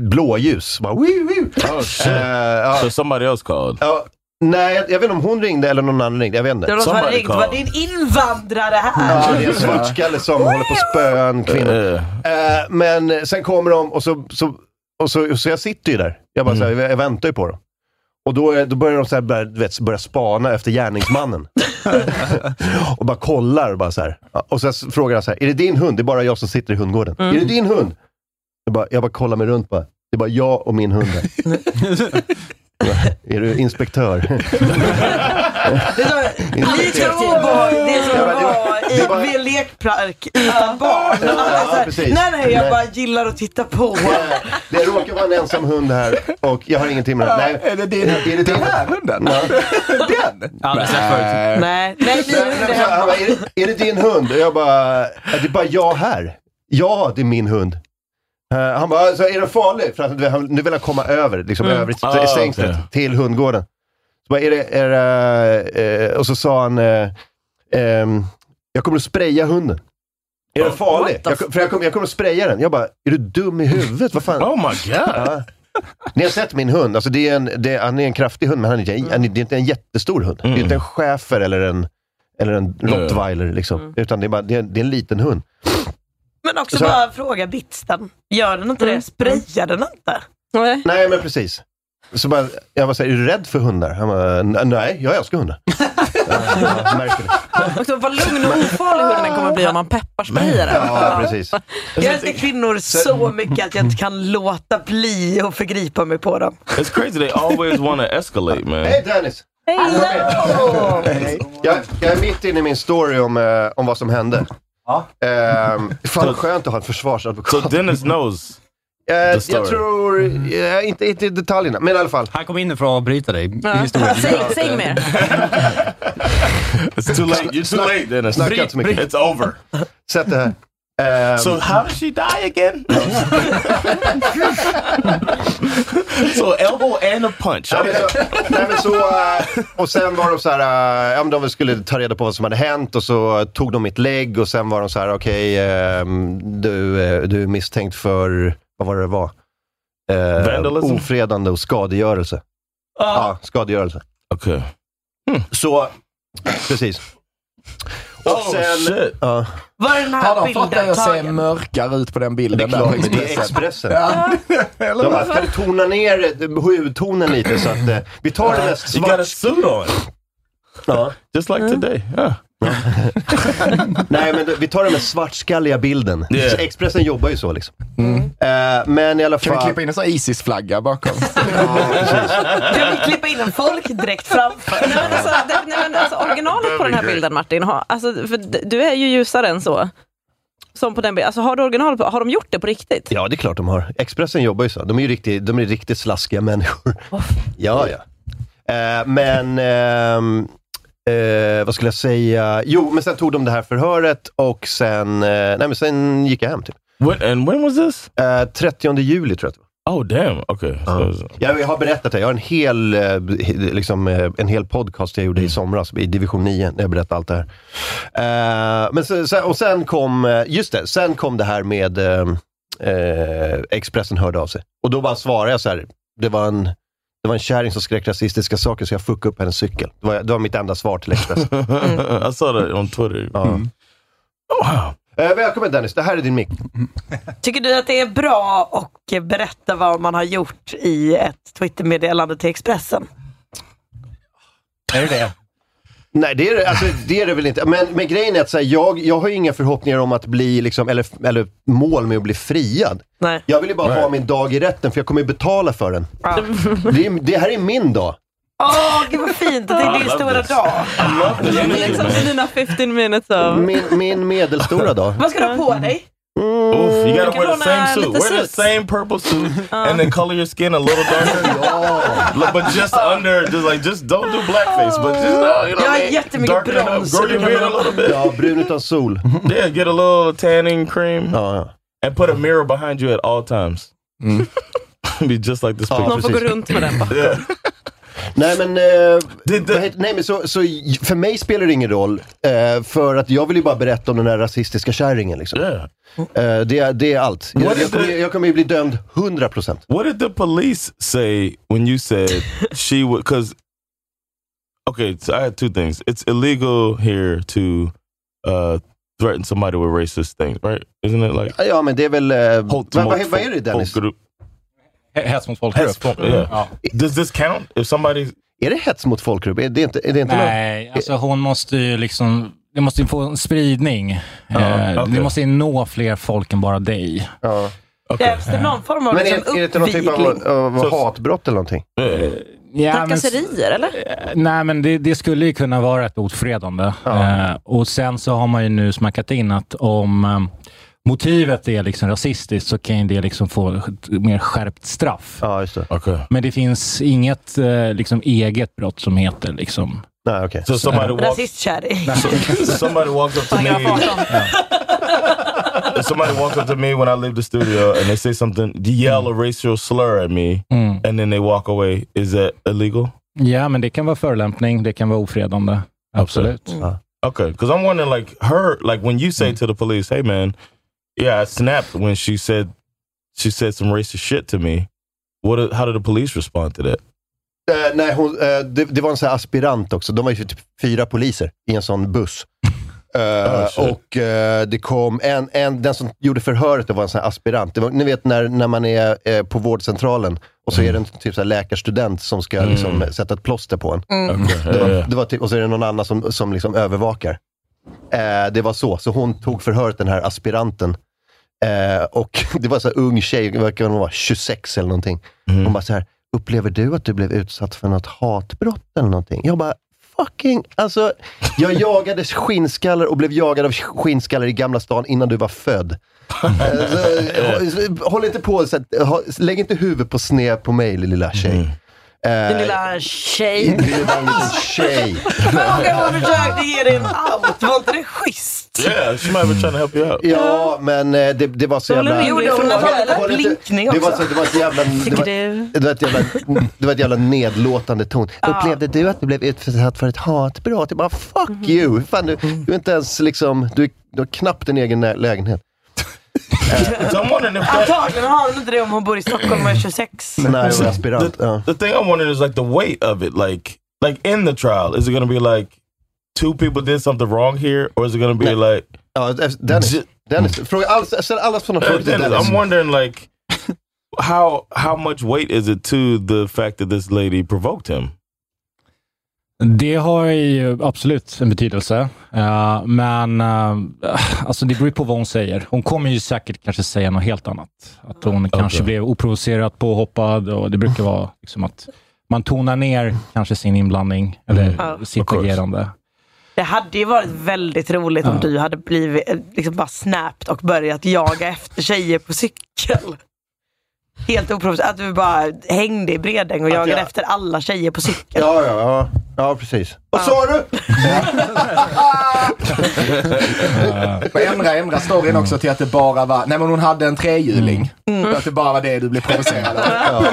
S1: Blåljus. Bara, wii, wii.
S2: Oh shit!
S1: ja,
S2: so somebody else called.
S1: ja, nej, jag, jag vet inte om hon ringde eller någon annan ringde. Jag vet
S3: Det var
S1: inte.
S3: någon som hade
S2: Somebody
S3: ringt. Var det
S2: call.
S3: en invandrare här?
S1: Ja, det är en svartskalle som håller på att spöa en kvinna.
S2: Yeah.
S1: Eh, men eh, sen kommer de och så, så, och så, så jag sitter ju där. Jag, bara, så här, jag väntar ju på dem. Och då, är- då börjar de så här, börja, du vet, börja spana efter gärningsmannen. och bara kollar. Och, bara så här. och sen så frågar jag så här, är det din hund? Det är bara jag som sitter i hundgården. Är det din hund? Jag bara, jag bara kollar mig runt. Bara. Det är bara jag och min hund där. Är du inspektör?
S3: Det är som- Vi tror var- det är som
S1: Ja, men det var- det
S3: att
S1: var-
S3: vara i- vid en lekpark utan barn.
S1: Ja,
S3: Alla så här,
S1: precis.
S3: Nej, nej, jag
S1: Nej.
S3: bara gillar att titta på.
S1: Det råkar vara en ensam hund här och jag har ingenting med det här. Nej,
S7: Är det din,
S1: Är det din-
S7: den här hunden? Den?
S5: Aldrig sett förut.
S3: Nej, nej,
S1: Nej, men så, han bara, är, det- är det din hund? Och jag bara, "Ja, det är bara jag här. Ja, det är min hund. Eh, han bara, alltså, är den farlig? För att, du vet, han- nu vill han komma över, liksom över i
S2: Ah,
S1: i stängslet
S2: okej.
S1: till hundgården. Så bara, är det, är det, eh, och så sa han, eh, ehm, jag kommer att spraya hunden. Är
S2: Ah,
S1: den farlig? Jag, kom- för jag, kommer, jag kommer att spraya den. Jag bara, är du dum i huvudet? Vad fan?
S2: Oh my god!
S1: Ja. Ni har sett min hund. Alltså
S2: Mm.
S1: det är en, det, han är en kraftig hund, men han är, inte- han är, det är inte en jättestor hund. Det är inte en schäfer eller en, eller en rottweiler. Liksom. Utan det är, bara, det, är, det är en liten hund.
S3: Men också
S1: Så- Mm.
S3: bara fråga bitsten. Gör den inte det? Sprayar den inte?
S4: Nej.
S1: Nej, men precis. Så bara, jag bara, så här, är du rädd för hundar? Han bara, "N- nej, jag älskar hundar. ja, jag märker det.
S4: Och så vad lugn och ofarlig hunden kommer bli om man pepparsprayar den.
S1: Ja, precis.
S3: Jag älskar kvinnor så mycket att jag inte kan låta bli att förgripa mig på dem.
S2: It's crazy. They always want to escalate, man.
S1: Hej Dennis!
S3: Hello!
S2: Oh,
S1: Jag, jag är mitt inne i min story om, eh, om vad som hände.
S7: Ja.
S1: Ehm, fan vad skönt att ha en
S2: So
S1: försvarsadvokat.
S2: Dennis knows.
S1: Eh,
S2: story. Mm.
S1: jag tror, eh, inte, inte i detaljerna, men i alla fall.
S5: Han kom in för att avbryta dig i historien.
S4: Säg, säg mer.
S2: It's too late. You're too late, Dennis.
S1: Snack out to me.
S2: It's over.
S1: Sätt det här. Ehm,
S2: So how did she die again? so elbow and a punch.
S1: Nej, men så, nej, men så, eh, och sen var de så här, eh, ja, men de skulle ta reda på vad som hade hänt och så tog de mitt lägg och sen var de så här, okej, ehm, du, eh, du är misstänkt för, vad var det det var? Eh,
S2: Vandalism? Ah.
S1: ofredande och skadegörelse. Ja, skadegörelse.
S2: Okay.
S1: Så, precis. Och
S2: Oh shit.
S1: ja,
S3: Var den
S7: Har
S3: här
S7: de fått dig
S3: bilden
S7: att se
S3: tagen?
S7: mörkare ut på den bilden?
S1: det är
S7: där
S1: klart,
S7: på
S1: men det är
S7: Expressen?
S1: Expressen.
S7: Ja.
S1: De bara, kan du tona ner eh, hudtonen lite så att eh, vi tar det mest
S2: You got a
S1: svart.
S2: suit on,
S1: Ja.
S2: just like today. Yeah.
S1: Nej, men det- vi tar den med svartskalliga bilden.
S2: Yeah.
S1: Så Expressen jobbar ju så liksom. Eh, men i alla
S7: Kan
S1: fall...
S7: vi klippa in en sån här Isis-flagga bakom?
S1: Ja, precis.
S3: Kan vi klippa in en folkdräkt framför?
S4: Nej, men alltså, det, nej, men alltså, originalet på den här bilden Martin, har, alltså, för d- du är ju ljusare än så. Som på den bilden. Alltså, har, du originalet på, har de gjort det på riktigt?
S1: ja, det är klart de har. Expressen jobbar ju så. De är ju riktigt, de är riktigt slaskiga människor. Ja, ja. Eh, men... ehm, eh, vad skulle jag säga? Jo, men sen tog de det här förhöret och sen... eh, nej, men sen gick jag hem typ.
S2: When, and when was this?
S1: Eh, 30 juli tror jag att det var.
S2: Oh damn. Okay. So it's-
S1: Jag, jag har berättat det. Jag har en hel, eh, liksom, eh, en hel podcast jag gjorde
S2: Mm.
S1: i somras i division 9, där jag berättade allt det här. Eh, men sen, sen, och sen kom, eh, just det, sen kom det här med eh, eh, Expressen hörde av sig. Och då bara svarade jag så här, det var en det var en kärring som skrek rasistiska saker så jag fuckade upp hennes cykel. Det var, det var mitt enda svar till Expressen.
S2: Mm.
S5: Mm.
S2: I saw that on Twitter.
S1: Ja. Eh, välkommen Dennis, det här är din mick.
S3: Tycker du att det är bra att berätta vad man har gjort i ett Twittermeddelande till Expressen?
S5: Är det det?
S1: Nej, det är det, alltså, det, är det väl inte. Men, men grejen är att så här, jag, jag har ju inga förhoppningar om att bli, liksom, eller, eller mål med att bli friad.
S3: Nej.
S1: Jag vill ju bara ha min dag i rätten, för jag kommer ju betala för den.
S3: Ja.
S1: Det, är, det här är min dag.
S3: Åh, gud vad fint att det är din stora dag.
S2: I love this
S4: Men
S2: music,
S4: liksom
S2: man.
S4: dina 15 minutes av...
S1: Min, min medelstora dag.
S3: Vad ska du ha på dig?
S2: Oof, you gotta
S4: Kan
S2: wear the
S4: hon
S2: same
S4: ha
S2: suit.
S4: lite
S2: Wear the
S4: suits?
S2: same purple suit and then color your skin a little darker. Look, but just under, just like, just don't do blackface, but just, uh, you know,
S3: Jag har
S2: what I mean?
S3: jättemycket
S2: darken it up,
S3: brons.
S2: grow your beard a little bit.
S1: Ja, brun utan sol.
S2: Yeah, get a little tanning cream
S1: Ja, ja.
S2: and put a mirror behind you at all times.
S1: Mm.
S2: Be just like this
S1: Ja,
S2: picture.
S4: Man får gå runt med den bara.
S1: Nej men, eh,
S2: Det- det-
S1: vad heter- nej, men så, så j- för mig spelar det ingen roll. Eh, för att jag vill ju bara berätta om den här rasistiska kärringen. Liksom.
S2: Yeah.
S1: Eh, det, är- det är allt.
S2: What
S1: Jag,
S2: is
S1: jag, kommer,
S2: the-
S1: ju- jag kommer ju bli dömd 100%.
S2: What did the police say when you said she would? Because okay, so I had two things. It's illegal here to uh, threaten somebody with racist things, right? Isn't it like?
S1: Ja men det är väl... Eh, vad,
S2: Holt
S1: vad,
S2: mot
S1: vad är det Dennis?
S2: folkgrupp.
S5: Hets mot
S2: Hets
S5: folkgrupp.
S2: mot- ja. Does this count? If somebody
S1: Är det hets mot folkgrupp? Är det inte, är det inte något?
S6: Nej, alltså hon måste ju liksom... Det måste ju få en spridning.
S2: Ja,
S6: eh,
S2: okej.
S6: Det måste ju nå fler folk än bara dig.
S1: Ja.
S3: Krävs det någon form av
S1: Men är,
S3: liksom
S1: är det inte någon typ av,
S3: uppvigling?
S1: av,
S2: Så-
S1: av hatbrott eller någonting?
S2: yeah.
S6: Eh, Ja, men,
S4: Trakasserier eller?
S6: nej, men det, det skulle ju kunna vara ett ofredande. Eh, och sen så har man ju nu smackat in att om eh, motivet är liksom rasistiskt så kan ju det liksom få ett mer skärpt straff.
S1: Ja, just det.
S2: okay.
S6: Men det finns inget eh, liksom, eget brott som heter liksom...
S1: Nej, okej.
S2: So somebody walks.
S3: Rasistkärring.
S2: So, somebody walks up to me. if somebody walks up to me when I leave the studio and they say something, they yell a racial slur at me,
S6: Mm.
S2: and then they walk away. Is that illegal?
S6: Ja, men det kan vara förolämpning, det kan vara ofredande. Absolut.
S2: Uh, Okay, because I'm wondering, like her, like when you say to the police, "Hey, man, yeah, I snapped when she said she said some racist shit to me." What? How did the police respond to that?
S1: Eh, nej, hon, eh, det, det var en sån här aspirant också. De var ju typ fyra poliser i en sån buss. Eh,
S2: Ah, shit.
S1: och eh, det kom en, en, den som gjorde förhöret det var en sån här aspirant. Det var, ni vet när, när man är eh, på vårdcentralen och så är det en
S2: Mm.
S1: typ så här läkarstudent som ska liksom, sätta ett plåster på en. Det var,
S2: Mm.
S1: det var typ, och så är det någon annan som, som liksom övervakar. Eh, det var så. Så hon tog förhöret, den här aspiranten. Eh, och det var så här ung tjej, det verkar hon vara 26 eller någonting.
S2: Mm.
S1: Hon bara så här, upplever du att du blev utsatt för något hatbrott eller någonting? Jag bara, fucking, alltså. Jag jagade skinnskallar och blev jagad av skinnskallar i Gamla stan innan du var född. Eh, så, eh, håll inte på, så att, ha, lägg inte huvudet på sned på mig lilla tjej.
S2: Mm.
S1: Eh,
S3: Din lilla tjej.
S1: det var en liten tjej.
S3: Fråga vad hon försökte ge dig en out. Var inte det schysst?
S2: Yeah, she might have been trying to help you out.
S1: Ja, men eh, det, det var så jävla...
S3: Jo, det
S1: Håll-
S3: var
S1: håll
S3: en
S1: inte-
S3: blinkning
S1: Det var,
S3: också.
S1: så, det var ett jävla... Det var,
S3: du?
S1: det var, ett jävla, det var ett jävla nedlåtande ton. Upplevde du att du blev utsatt för ett hatbrott? Jag bara, fuck you! Fan, du, du är inte ens liksom... Du, du har knappt en egen nä- lägenhet.
S2: So I'm wondering if that,
S3: Antagligen har hon inte det om hon bor i Stockholm och är 26.
S1: När jag var aspirant.
S2: the,
S1: Ja.
S2: the thing I'm wondering is like the weight of it. Like, like in the trial, is it going to be like two people did something wrong here, or is it going to be like
S1: Ja, Dennis, Dennis, fråga all, ställ alla sådana frågor till
S2: Mm. Dennis,
S1: Dennis.
S2: I'm wondering like how how much weight is it to the fact that this lady provoked him?
S6: Det har ju absolut en betydelse. Eh, men eh, alltså det beror ju på vad hon säger. Hon kommer ju säkert kanske säga något helt annat. Att hon kanske blev oprovocerat påhoppad och det brukar vara liksom att man tonar ner kanske sin inblandning eller sitt agerande.
S3: Det hade ju varit väldigt roligt om du hade blivit eh, liksom bara snapped och börjat jaga efter tjejer på cykel. Helt oprovocerat. Att du bara hängde i Bredäng och jagade
S1: jag-
S3: efter alla tjejer på cykel.
S1: Ja, ja, ja. Ja, precis. Vad sa du?
S7: Och ändra, ändra storyn också till att det bara var, nej men hon hade en trehjuling.
S3: Mm.
S7: Så Att det bara var det du blev provocerad av.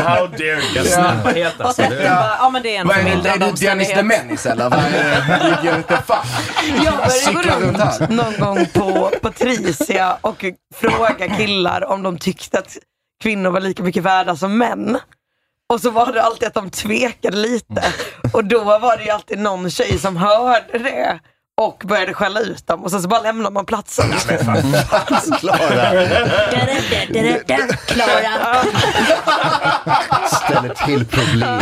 S2: How dare you?
S7: Snappar
S1: alltså.
S5: helt
S4: Och sen bara, ja men det är en
S7: Vad är det? Är
S4: förmildrande
S7: du Dennis
S4: omständighet.
S7: the Menace eller? Vad är det? What the fuck?
S3: Jag började gå
S7: Cyklar runt här.
S3: runt någon gång på Patricia och fråga killar om de tyckte att kvinnor var lika mycket värda som män. Och så var det alltid att de tvekade lite. Och då var det ju alltid någon tjej som hörde det och började skälla ut dem och sen så bara lämnade man platsen.
S1: Alltså, Klara
S4: Klara.
S1: ställer till problem.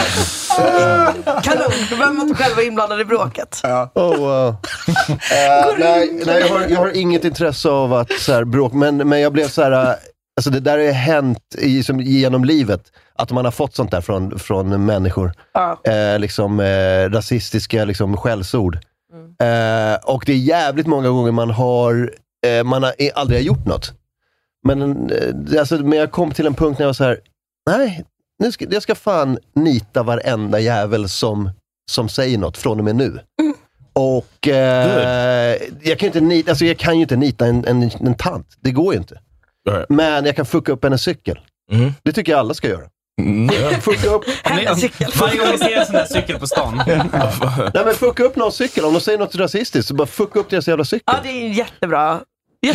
S3: Kanon, då behöver man inte själv vara inblandad i bråket.
S1: Oh, wow. Eh, nej, nej, jag, har, jag har inget intresse av att så här, bråk, men, men jag blev så här, eh, alltså det där har ju hänt i, som, genom livet, att man har fått sånt där från, från människor.
S3: Ja.
S1: Eh, liksom, eh, rasistiska liksom, skällsord. Eh, och det är jävligt många gånger man har, eh, man har eh, aldrig har gjort något. Men, eh, det- alltså, men jag kom till en punkt när jag var så här, nej, nu ska, jag ska fan nita varenda jävel som, som säger något från och med nu. Och eh, jag, kan ju inte nita, alltså jag kan ju inte nita en, en, en tant. Det går ju inte.
S2: All right.
S1: Men jag kan fucka upp hennes cykel.
S2: Mhm.
S1: Det tycker jag alla ska göra. Fucka upp,
S5: Varje gång ni ser en sån där cykel på stan.
S1: nej men fucka upp någons cykel. Om de säger något rasistiskt, så bara fucka upp deras jävla cykel.
S3: Ja, det är jättebra.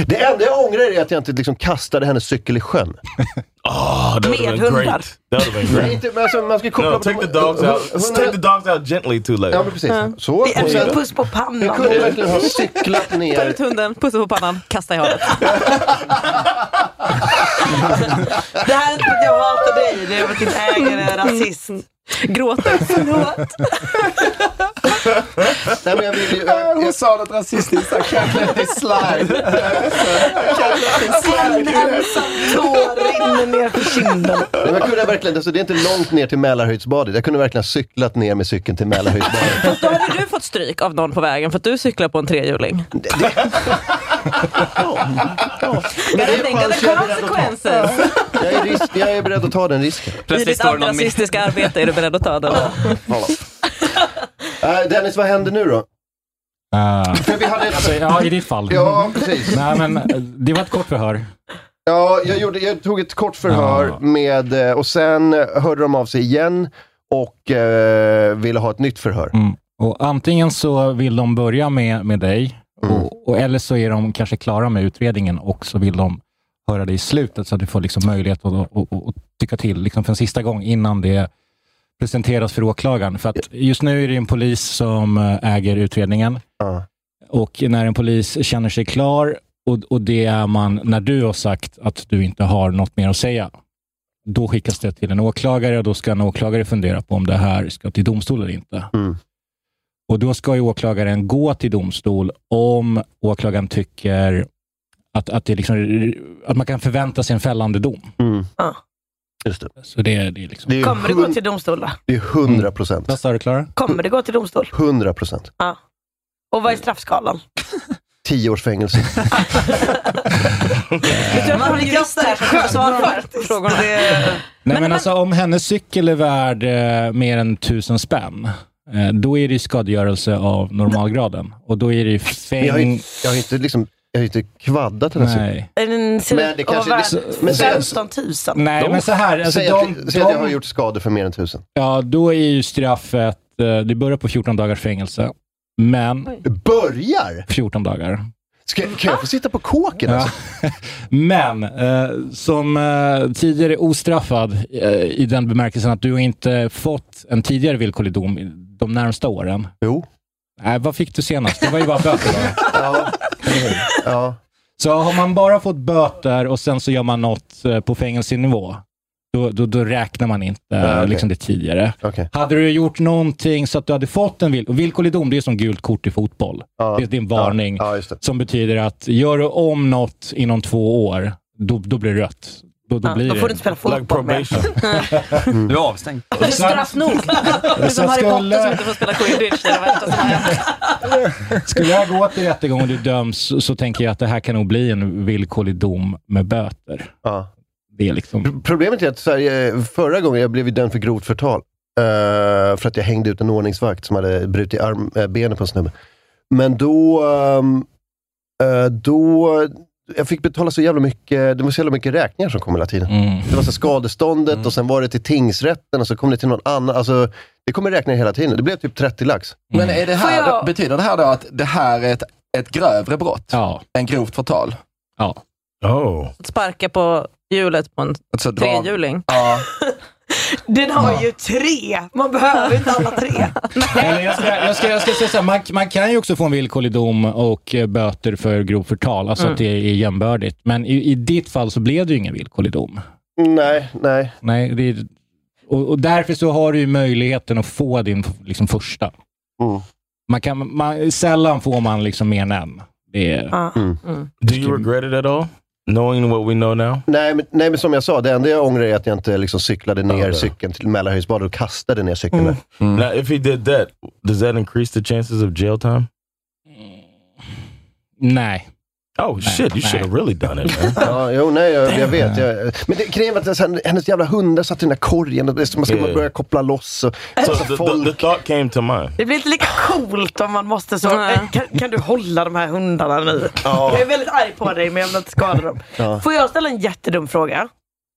S1: Det enda jag ångrar är att jag inte liksom kastade hennes cykel i sjön.
S5: Ah,
S2: Oh, that would have
S3: Med
S2: been great.
S3: hundar.
S2: That would have been
S1: Nej,
S2: great.
S1: inte, men alltså, man ska koppla
S2: No,
S1: på-
S2: take the dogs out.
S1: Hundra-
S2: Take the dogs out gently too late.
S1: Ja, men precis. Så. Och
S3: Det är
S1: sen,
S3: en puss på
S1: jag
S3: pannan.
S1: kunde verkligen ha cyklat
S4: Ta
S1: ner.
S4: ut hunden, pussa på pannan, kasta i havet.
S3: Det här är inte för att jag hatar dig, det är för att din ägare är rasist.
S4: Gråter, förlåt.
S1: Nej, men jag vill ju... Jag, jag,
S7: Hon sa något rasistiskt. I can't let this slide.
S3: En ensam tår rinner ner för kinden.
S1: Nej, men jag kunde verkligen, alltså, det är inte långt ner till Mälarhöjdsbadet. Jag kunde verkligen ha cyklat ner med cykeln till Mälarhöjdsbadet.
S4: Fast då hade du fått stryk av någon på vägen för att du cyklar på en trehjuling.
S1: Men det är
S4: Tänkande
S1: chans jag är beredd att ta.
S4: konsekvenser.
S1: Jag är, risk, jag är beredd att ta den risken.
S4: I
S5: Plötsligt
S4: ditt
S5: står det någon mitt.
S4: antirasistiska arbete är du beredd att ta den.
S1: Äh, Dennis, vad händer nu då?
S6: Eh,
S1: För vi hade ett...
S6: ja, i ditt fall.
S1: Ja, precis.
S6: Nej, men eh, det var ett kort förhör.
S1: Ja, jag, gjorde, jag tog ett kort förhör
S6: Ja.
S1: med, eh, och sen eh, hörde de av sig igen och eh, ville ha ett nytt förhör.
S6: Mm. Och antingen så vill de börja med, med dig,
S1: Mm.
S6: och, och, eller så är de kanske klara med utredningen och så vill de höra dig i slutet så att du får liksom möjlighet att, att, att, att tycka till liksom för en sista gång innan det presenteras för åklagaren. För att just nu är det ju en polis som eh, äger utredningen.
S1: Ja.
S6: Och när en polis känner sig klar och, och det är man när du har sagt att du inte har något mer att säga. Då skickas det till en åklagare och då ska en åklagare fundera på om det här ska till domstol eller inte.
S1: Mm.
S6: Och då ska ju åklagaren gå till domstol om åklagaren tycker att, att, det liksom, att man kan förvänta sig en fällande dom.
S1: Mm.
S3: Ja.
S1: Just det.
S6: Så det, det är liksom...
S1: Det är ju
S3: Kommer det gå
S1: hun-
S3: till domstol då?
S1: det är 100 procent.
S6: Vad sa du, Klara?
S3: Kommer det gå till domstol?
S1: 100 procent.
S3: Och vad är straffskalan?
S1: Tio års fängelse.
S3: Vet du att man blir gäst här som svarar på frågorna? Det-
S6: Nej, men,
S4: men-
S6: alltså om hennes cykel är värd eh, mer än tusen spänn, eh, då är det ju skadegörelse av normalgraden. Och då är det ju fäng...
S1: Jag har ju jag har ju inte, liksom, jag har ju inte kvaddat den här cykeln.
S6: Nej.
S3: Den ser
S1: Men det
S3: ut att
S1: kanske-
S3: vara
S1: det-
S3: värd
S1: men-
S3: 15 000.
S6: Nej,
S1: De-
S6: men så här. Alltså,
S1: Säg
S6: de,
S1: att,
S6: de,
S1: säg att jag har gjort skador för mer än tusen.
S6: Ja, då är ju straffet, eh, det börjar på 14 dagars fängelse, men
S1: Börjar!
S6: 14 dagar.
S1: Ska, kan jag få sitta på kåken?
S6: Ja.
S1: Alltså?
S6: Men eh, som eh, tidigare ostraffad eh, i den bemärkelsen att du har inte fått en tidigare villkorlig dom i- de närmsta åren.
S1: Jo.
S6: Nej, vad fick du senast? Det var ju bara böter. va?
S1: Ja. ja.
S6: Så har man bara fått böter och sen så gör man något eh, på fängelsenivå, då, då, då räknar man inte eh,
S1: Ja, okej.
S6: liksom det tidigare.
S1: Okej.
S6: Hade du gjort någonting så att du hade fått en vill- och villkorlig dom, det är som gult kort i fotboll.
S1: Ja.
S6: Det, det är en varning
S1: Ja, just det.
S6: som betyder att gör du om något inom två år, då, då blir det rött. Då, då
S3: Ja,
S6: blir
S3: Då
S6: det.
S3: får du inte spela
S2: Like
S3: fotboll mer.
S2: probation.
S1: Mm.
S5: Du är avstängd.
S4: Det är straff nog. Det är som
S6: Sen
S4: Harry Potter
S6: skulle-
S4: som inte får spela quidditch. Det är det värsta som har hänt.
S6: Skulle jag gå till rättegång och du döms så, så tänker jag att det här kan nog bli en villkorlig dom med böter.
S1: Ja.
S6: Det är liksom...
S1: Pro- Problemet är att så här, eh, förra gången jag blev ju dömd för grovt förtal. eh, för att jag hängde ut en ordningsvakt som hade brutit arm, eh, benet på en snubbe. Men då... ehm, eh, då jag fick betala så jävla mycket, det var så jävla mycket räkningar som kom hela tiden.
S6: Mm.
S1: Det var så här skadeståndet och sen var det till tingsrätten och så kom det till någon annan. Alltså, det kommer räkningar hela tiden. Det blev typ 30 lax.
S6: Mm.
S7: Men är det
S3: Får
S7: här,
S3: jag-
S7: betyder det här då att det här är ett, ett grövre brott
S6: Ja,
S7: än grovt förtal?
S6: ja.
S2: Oh.
S4: Att sparka på hjulet på en
S7: Alltså, dra-
S4: trehjuling.
S7: Ja.
S3: Den har ju tre! Man behöver inte alla tre.
S6: Eller jag, ska, jag, ska, jag ska säga så här, man, man kan ju också få en villkorlig dom och eh, böter för grovt förtal, alltså att det är jämbördigt. Men i, i ditt fall så blev det ju ingen villkorlig dom.
S1: Nej, nej.
S6: Nej, det är, och, och därför så har du ju möjligheten att få din liksom, första.
S1: Mm.
S6: Man kan, man, sällan får man liksom mer än en. Det är,
S3: Ja.
S2: Do you regret it at all? Knowing what we know now?
S1: Nej men, nej, men som jag sa, det enda jag ångrar är att jag inte liksom cyklade ner
S2: Ja, det.
S1: cykeln till Mälarhöjdsbadet och kastade ner cykeln där.
S2: Mm. Now, if he did that, does that increase the chances of jail time?
S6: nej.
S2: Oh shit, you
S6: nah.
S2: should have really done it, man.
S1: Ja, jo, nej, jag, jag vet. Jag, men det, grejen var att sen, hennes jävla hundar satt i den där korgen och det- man ska
S2: Yeah.
S1: börja koppla loss. Och,
S2: so
S1: massa
S2: the, the,
S1: folk.
S2: the thought came to mind.
S3: Det blir inte lika coolt om man måste så.
S4: Nej.
S3: Eh, Kan, kan du hålla de här hundarna nu?
S1: Ja.
S3: Jag är väldigt arg på dig men jag vill inte skada dem.
S1: Ja.
S3: Får jag ställa en jättedum fråga?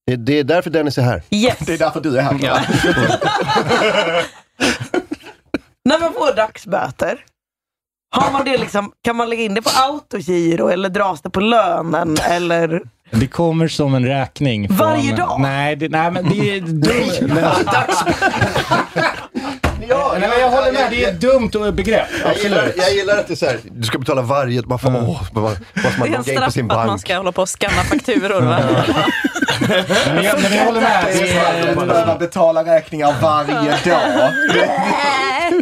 S1: det, det är därför Dennis är här.
S3: Yes.
S7: Det är därför du är här.
S5: Ja.
S3: När man får dagsböter, har man det liksom, kan man lägga in det på autogiro eller dras det på lönen? Eller?
S6: Det kommer som en räkning. Från,
S3: Varje dag?
S6: Nej, det, nej men det är dumt.
S1: Ja,
S6: nej, men jag håller med. Det är ett dumt begrepp.
S1: Jag gillar, jag gillar att det är så här, du ska betala varje... Man får,
S2: Mm.
S1: åh, man, man får
S4: Det är
S1: logga
S4: en
S1: in på
S4: straff
S1: sin
S4: att man
S1: bank.
S4: ska hålla på och scanna fakturor. Va?
S6: Men jag, men jag håller med.
S7: Det
S6: Det
S7: är att
S6: är,
S7: behöva betala räkningar varje dag.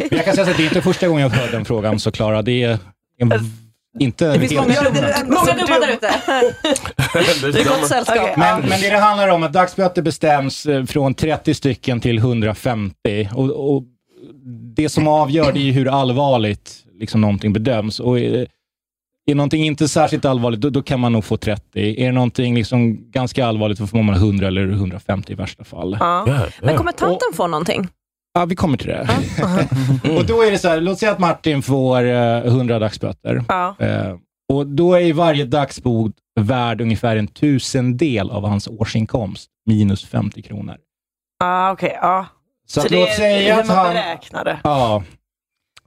S6: jag kan säga så att det är inte första gången jag hör den frågan, så Klara. Det är en, inte
S4: Det finns många dumma, många dumma där ute.
S2: There's
S4: Det är gott
S2: dumber-
S4: sällskap.
S3: Okej.
S6: Men, men det det handlar om är att dagsböter bestäms eh, från 30 stycken till 150. Och, och det som avgör det är ju hur allvarligt liksom, någonting bedöms. Och är, är någonting inte särskilt allvarligt, då, då kan man nog få 30. Är det någonting liksom ganska allvarligt, då får man 100 eller 150 i värsta fall.
S3: Ja.
S2: God,
S4: Men
S2: yeah.
S4: kommer tanten få någonting?
S6: Ja, vi kommer till det. och då är det så här, låt säga att Martin får eh, 100 dagsböter.
S3: Ja.
S6: Eh, och då är varje dagsbod värd ungefär en tusendel av hans årsinkomst, minus 50 kronor.
S3: Ah, okej. ja.
S6: Så,
S3: Så
S6: att
S3: det
S6: låt
S3: är
S6: säga
S3: hur
S6: att
S3: man
S6: han...
S3: beräknar det.
S6: Ja.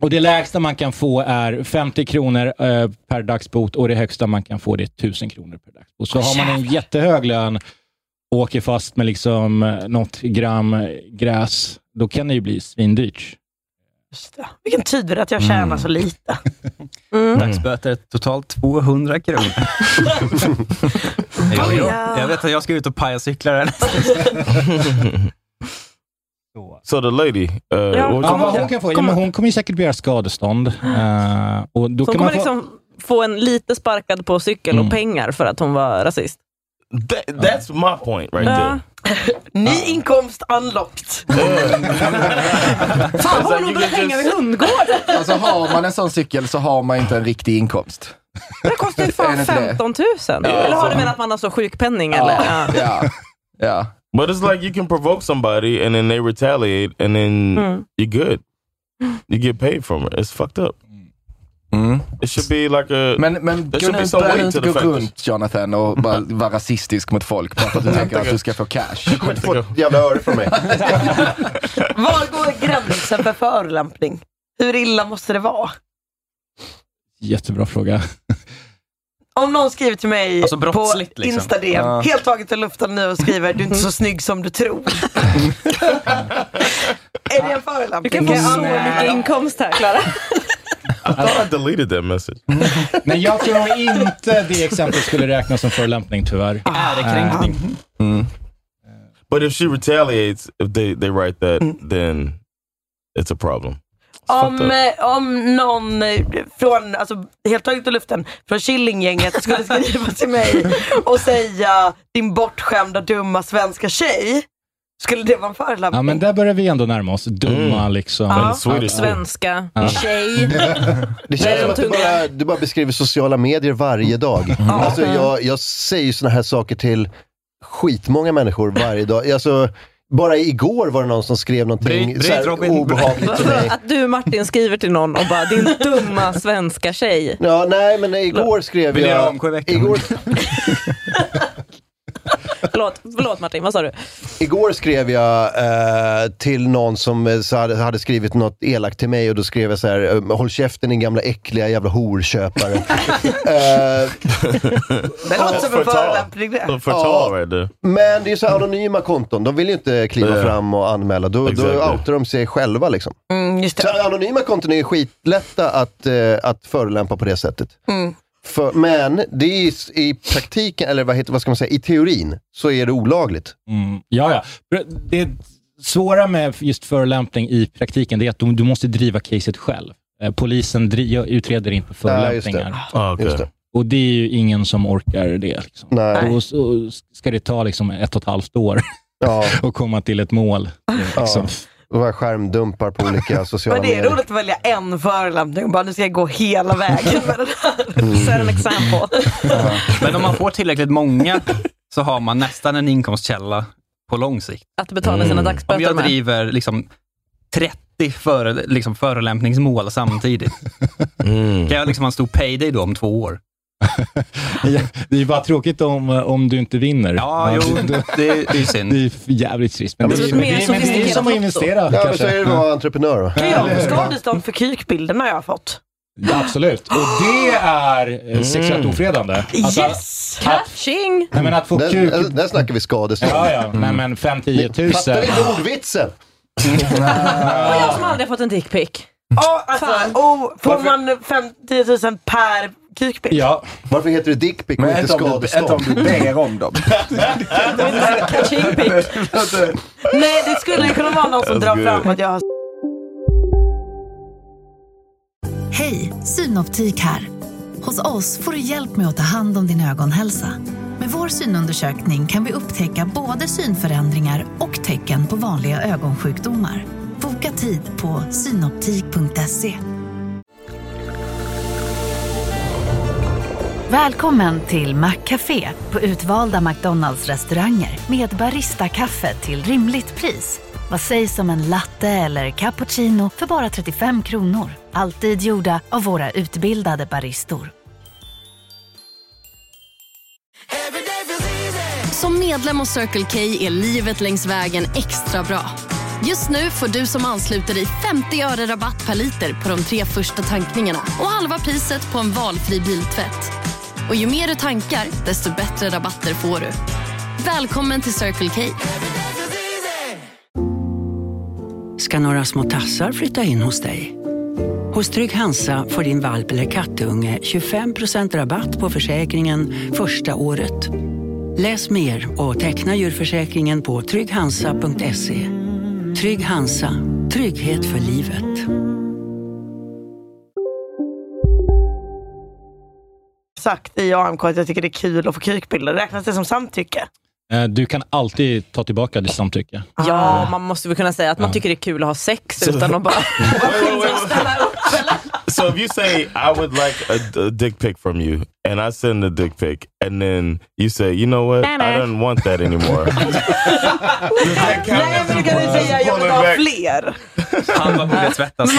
S6: Och det lägsta man kan få är 50 kronor eh, per dagsbot och det högsta man kan få det är 1000 kronor per dagsbot. Så har man en jättehög lön och åker fast med liksom eh, något gram eh, gräs, då kan det ju bli svindyrt.
S3: Just det. Vilken tur att jag tjänar
S6: Mm.
S3: så lite.
S4: Mm.
S5: Dagsböter, totalt 200 kronor. jo, jo. Jag vet att jag ska ut och paja cyklar härnäst.
S2: So the lady, uh,
S4: Ja.
S2: what was
S6: Ja,
S2: your-
S6: men hon, kan få, ja, men hon kommer ju säkert begära skadestånd. Eh, och då
S4: Så hon
S6: kan man
S4: kommer
S6: få,
S4: liksom få en lite sparkad på cykel och
S6: Mm.
S4: pengar för att hon var rasist.
S2: That, that's my point right
S4: Ja.
S3: Ny inkomst unlocked.
S4: Fan,
S2: It's
S4: har
S2: like
S4: hon
S2: you
S4: börjat
S2: can
S4: hänga
S2: just-
S4: vid hundgården?
S7: Alltså har man en sån cykel så har man inte en riktig inkomst.
S4: Det kostar ju
S7: Är det
S4: fan
S7: inte det?
S4: 15 000. eller har du menat att man har så sjukpenning? Eller? Ja.
S7: Ja. ja.
S2: there. But it's like you can provoke somebody and then they retaliate and then you're good. You get paid from it. It's fucked up.
S7: Mm.
S2: It should be like a.
S7: Men, men
S2: Det should be
S7: Gunnar,
S2: some
S7: börja
S2: weight
S7: inte
S2: to the
S7: gå
S2: factors.
S7: runt Jonathan och bara vara rasistisk mot folk bara för att du tänker att du ska få cash.
S1: Mm. Du kommer inte få ett jävla öre från mig.
S3: Var går gränsen för förolämpning? Hur illa måste det vara?
S6: jättebra fråga.
S3: Om någon skriver till mig
S5: Alltså
S3: på
S5: brottsligt, liksom.
S3: Instagram,
S7: Ja.
S3: helt taget ur luften nu och skriver du är inte så snygg som du tror. är det en
S4: Du
S3: förolämpning?
S4: kan få
S3: jag
S4: så
S3: använda
S4: mycket
S3: dem?
S4: inkomst här, Klara.
S2: I thought I deleted that message.
S6: Men jag tror
S7: eh,
S6: inte det exemplet skulle räknas som förolämpning tyvärr.
S5: Ärekränkning.
S2: But if she retaliates, if they, they write that, then it's a problem. It's
S3: Om,
S2: fucked up.
S3: eh, om någon eh, från, alltså helt taget ur luften, från Killinggänget skulle skriva till mig och säga din bortskämda dumma svenska tjej. Skulle det vara en förolämpning?
S6: Ja, men där börjar vi ändå närma oss dumma
S2: Mm.
S6: liksom.
S2: Men
S4: Ja.
S2: Swedish.
S4: Svenska,
S6: Ja.
S4: tjej.
S1: Det
S4: Nej,
S1: känns som
S4: de
S1: att du
S4: tunga.
S1: bara, du bara beskriver sociala medier varje dag. Alltså, jag, jag säger ju såna här saker till skitmånga människor varje dag. Alltså, bara igår var det någon som skrev någonting
S5: Bryt- bryt,
S1: så här
S5: Robin, bryt.
S1: obehagligt till mig.
S4: Att du Martin skriver till någon och bara din dumma svenska tjej.
S1: Ja, nej, men igår skrev
S5: Vill ni göra
S1: jag...
S5: AMK i veckan?
S1: Igår,
S4: Förlåt, förlåt Martin, vad sa du?
S1: igår skrev jag eh, till någon som eh, så hade, hade skrivit något elakt till mig och då skrev jag så här, eh, håll käften din gamla äckliga jävla horköpare. eh,
S3: det låter som
S2: Förtal.
S3: en förolämpning det.
S2: For tall right there.
S1: Men det är ju så här anonyma konton, de vill ju inte kliva
S2: Ja.
S1: fram och anmäla. Då, då
S2: Exakt.
S1: outar de sig själva. Liksom.
S3: Mm, just
S1: Så
S3: det.
S1: anonyma konton är ju skitlätta att, eh, att förolämpa på det sättet.
S3: Mm.
S1: För, men det är ju s- i praktiken, eller vad, heter, vad ska man säga, i teorin, så är det olagligt.
S6: Mm. Ja, ja. Det svåra med just förolämpning i praktiken det är att du, du måste driva caset själv. Eh, Polisen dri- utreder inte förolämpningar.
S2: Oh, okay.
S1: Just det.
S6: och det är ju ingen som orkar det. Liksom.
S1: Nej.
S6: Och så ska det ta liksom ett och ett halvt år
S1: Ja,
S6: att komma till ett mål. eh, Liksom.
S1: och vara skärmdumpar på olika sociala
S3: Men det är
S1: medier.
S3: roligt att välja en förolämpning och bara nu ska jag gå hela vägen med den här.
S4: Set an example.
S5: Men om man får tillräckligt många så har man nästan en inkomstkälla på lång sikt.
S4: Att betala
S2: Mm.
S4: sina
S5: Om
S4: dagsböter
S5: jag
S4: med.
S5: driver liksom 30 före, liksom förolämpningsmål samtidigt,
S2: Mm.
S5: kan jag liksom ha en stor payday då om två år?
S6: Det är ju bara tråkigt om, eh, om du inte vinner.
S5: Ja,
S6: Men
S5: jo,
S6: det-
S5: det, det är ju
S6: Det
S5: synd.
S6: är jävligt trist. Men
S1: Ja,
S6: det,
S1: men
S6: är-
S1: det är ett
S6: men
S4: mer
S6: det, är- men det är ju
S4: sofistikerat
S6: som att
S4: lotto.
S6: investera
S1: Ja, men så
S6: kanske.
S1: är det att vara entreprenör. Då.
S3: Kan jag få skadestånd för kukbilderna jag har fått?
S6: Ja, absolut. Och det är eh, sexuellt ofredande. Alltså,
S3: Yes!
S4: Catching!
S1: alltså-
S6: nej, men att få kuk...
S1: Där, där snackar vi skadestånd.
S6: Ja, ja. Nej, men 5-10
S1: Fattar
S6: tusen.
S1: inte ordvitsen?
S4: Och jag som aldrig har fått en dickpic.
S3: Ja, alltså, oh, får man 50 000 per kukbild?
S6: Ja,
S1: Varför heter det dickpic och
S7: Men
S1: inte
S7: inte om, du, inte om
S1: skadestånd?
S7: du ber om dem.
S4: Catching pic.
S3: Nej, det skulle ju kunna vara någon
S1: Alltså,
S3: som
S2: That's
S3: drar
S2: good.
S3: fram att jag har
S8: Hej, Synoptik här. Hos oss får du hjälp med att ta hand om din ögonhälsa. Med vår synundersökning kan vi upptäcka både synförändringar och tecken på vanliga ögonsjukdomar. Boka tid på synoptik.se. Välkommen till Maccafé på utvalda McDonalds restauranger med Baristakaffe till rimligt pris. Vad sägs om en latte eller cappuccino för bara 35 kronor? Alltid gjorda av våra utbildade baristor.
S9: Som medlem hos Circle K är livet längs vägen extra bra. Just nu får du som ansluter dig 50 öre rabatt per liter på de tre första tankningarna och halva priset på en valfri biltvätt. Och ju mer du tankar, desto bättre rabatter får du. Välkommen till Circle K.
S10: ska några små tassar flytta in hos dig. Hos Trygg Hansa får din valp eller kattunge 25% rabatt på försäkringen första året. Läs mer och teckna djurförsäkringen på trygghansa.se. Trygg Hansa, trygghet för livet.
S3: sagt i AMK att jag tycker det är kul att få kukbilder. Räknas det som samtycke?
S6: Eh, Du kan alltid ta tillbaka ditt samtycke.
S4: Ja, man måste väl kunna säga att man
S6: Ja.
S4: tycker det är kul att ha sex utan att bara...
S2: so if you say I would like a, a dick pic from you, and I send a dick pic, and then you say, you know what, I don't want that anymore.
S3: Nej, men du kan ju säga jag vill ha fler.
S5: Han bara borde tvättas.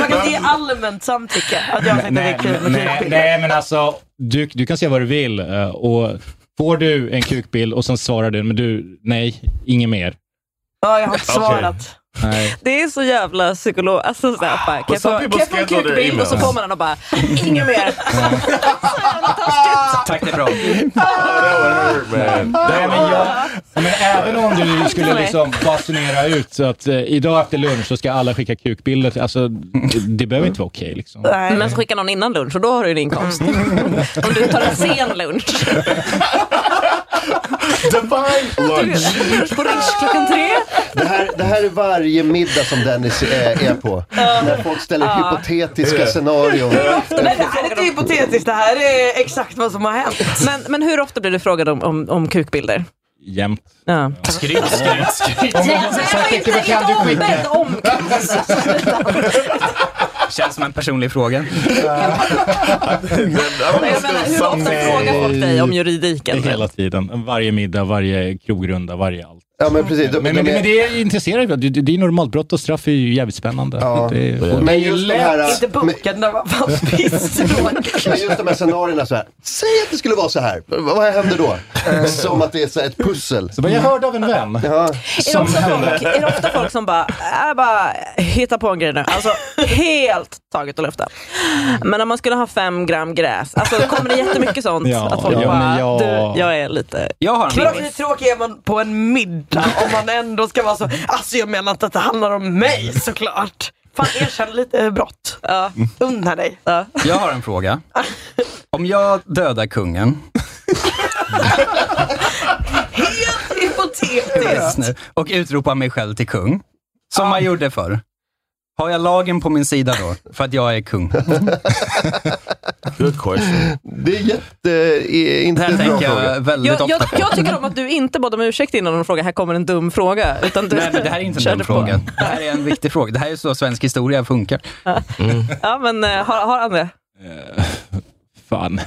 S3: Man kan inte ge allmänt samtycke. Att jag tycker det är kul med
S6: nej,
S3: kukbilder.
S6: nej, men alltså, du, du kan säga vad du vill. eh, Och får du en kukbild och sen svarar du, men du, nej, inget mer.
S3: Ja, jag har inte
S6: Okej.
S3: svarat.
S6: Nej.
S4: Det är så jävla psykolog... Alltså, så här, bara, kan
S6: But
S4: jag få,
S6: some
S4: kan
S6: people
S4: jag få en
S6: schedule their
S4: kukbild och så
S6: emails.
S4: får man den och bara, inget mer.
S5: Tack, det är bra.
S4: Ah.
S6: Nej, men jag, men även Eh, om du skulle
S4: Nej.
S6: liksom basunera ut så att eh, idag efter lunch så ska alla skicka kukbilder. till- Alltså, det, det behöver inte vara okej. liksom.
S4: Men så skickar någon innan lunch och då har du din inkomst. Om du tar en sen lunch.
S1: Divine lunch.
S4: Lunch på Rish klockan tre.
S1: Det här, det här är varje middag som Dennis eh, är, är på. När folk ställer
S3: Ja.
S1: hypotetiska
S3: Ja.
S1: scenarion.
S3: Hur ofta blir det här är inte hypotetiskt, det här är exakt vad som har hänt.
S4: Men, men hur ofta blir du frågad om, om, om kukbilder?
S6: Jämt.
S4: Ja.
S5: Skryt, skryt, skryt.
S4: Nej, nej, inte- inte ombedd om
S5: Känns som en personlig fråga.
S4: Nej, jag menar, hur ofta frågar folk dig om juridiken? typ.
S6: Hela tiden. Varje middag, varje krogrunda, varje allt.
S1: Ja, men precis.
S6: Men, men, men det är intresserande. Det, det är normalt. Brott och straff är ju jävligt spännande. Det är,
S1: Men just de här...
S3: Inte boken, den var fan pisstråkig.
S1: Men just de här scenarierna så här. Säg att det skulle vara så här. V- Vad händer då?
S4: Eh.
S1: Som att det är så här ett pussel.
S6: Så bara, jag hörde av en vän.
S1: Ja.
S4: Är det, ofta folk, är det ofta folk som bara, äh, bara hittar på en grej nu? Alltså helt taget och luften. Men om man skulle ha fem gram gräs, alltså kommer det jättemycket sånt?
S6: Ja,
S4: att folk
S6: ja,
S4: bara,
S6: men jag-
S4: du, jag är lite...
S5: Jag har en
S3: Men
S5: bild.
S3: också hur tråkig är man på en middag om man ändå ska vara så, alltså jag menar inte att det handlar om mig såklart. Fan erkänn lite brott.
S4: Ja.
S3: Unna dig.
S4: Ja.
S5: Jag har en fråga. Om jag dödar kungen
S3: Helt hypotetiskt.
S5: nu, och utropar mig själv till kung, som man gjorde förr. Har jag lagen på min sida då? För att jag är kung.
S2: Good question.
S1: Det är jätte... eh,
S5: Det
S1: Inte
S5: här
S1: en bra
S5: tänker jag
S1: fråga.
S5: väldigt
S4: Jag, jag,
S5: ofta på.
S4: jag tycker om att du inte bad om ursäkt innan någon fråga, här kommer en dum fråga. Utan du
S5: Nej, men det här är inte en
S4: körde
S5: dum
S4: på.
S5: fråga. Det här är en viktig fråga. Det här är så svensk historia funkar.
S6: Mm.
S4: Ja, men eh, har, har André?
S6: Fan.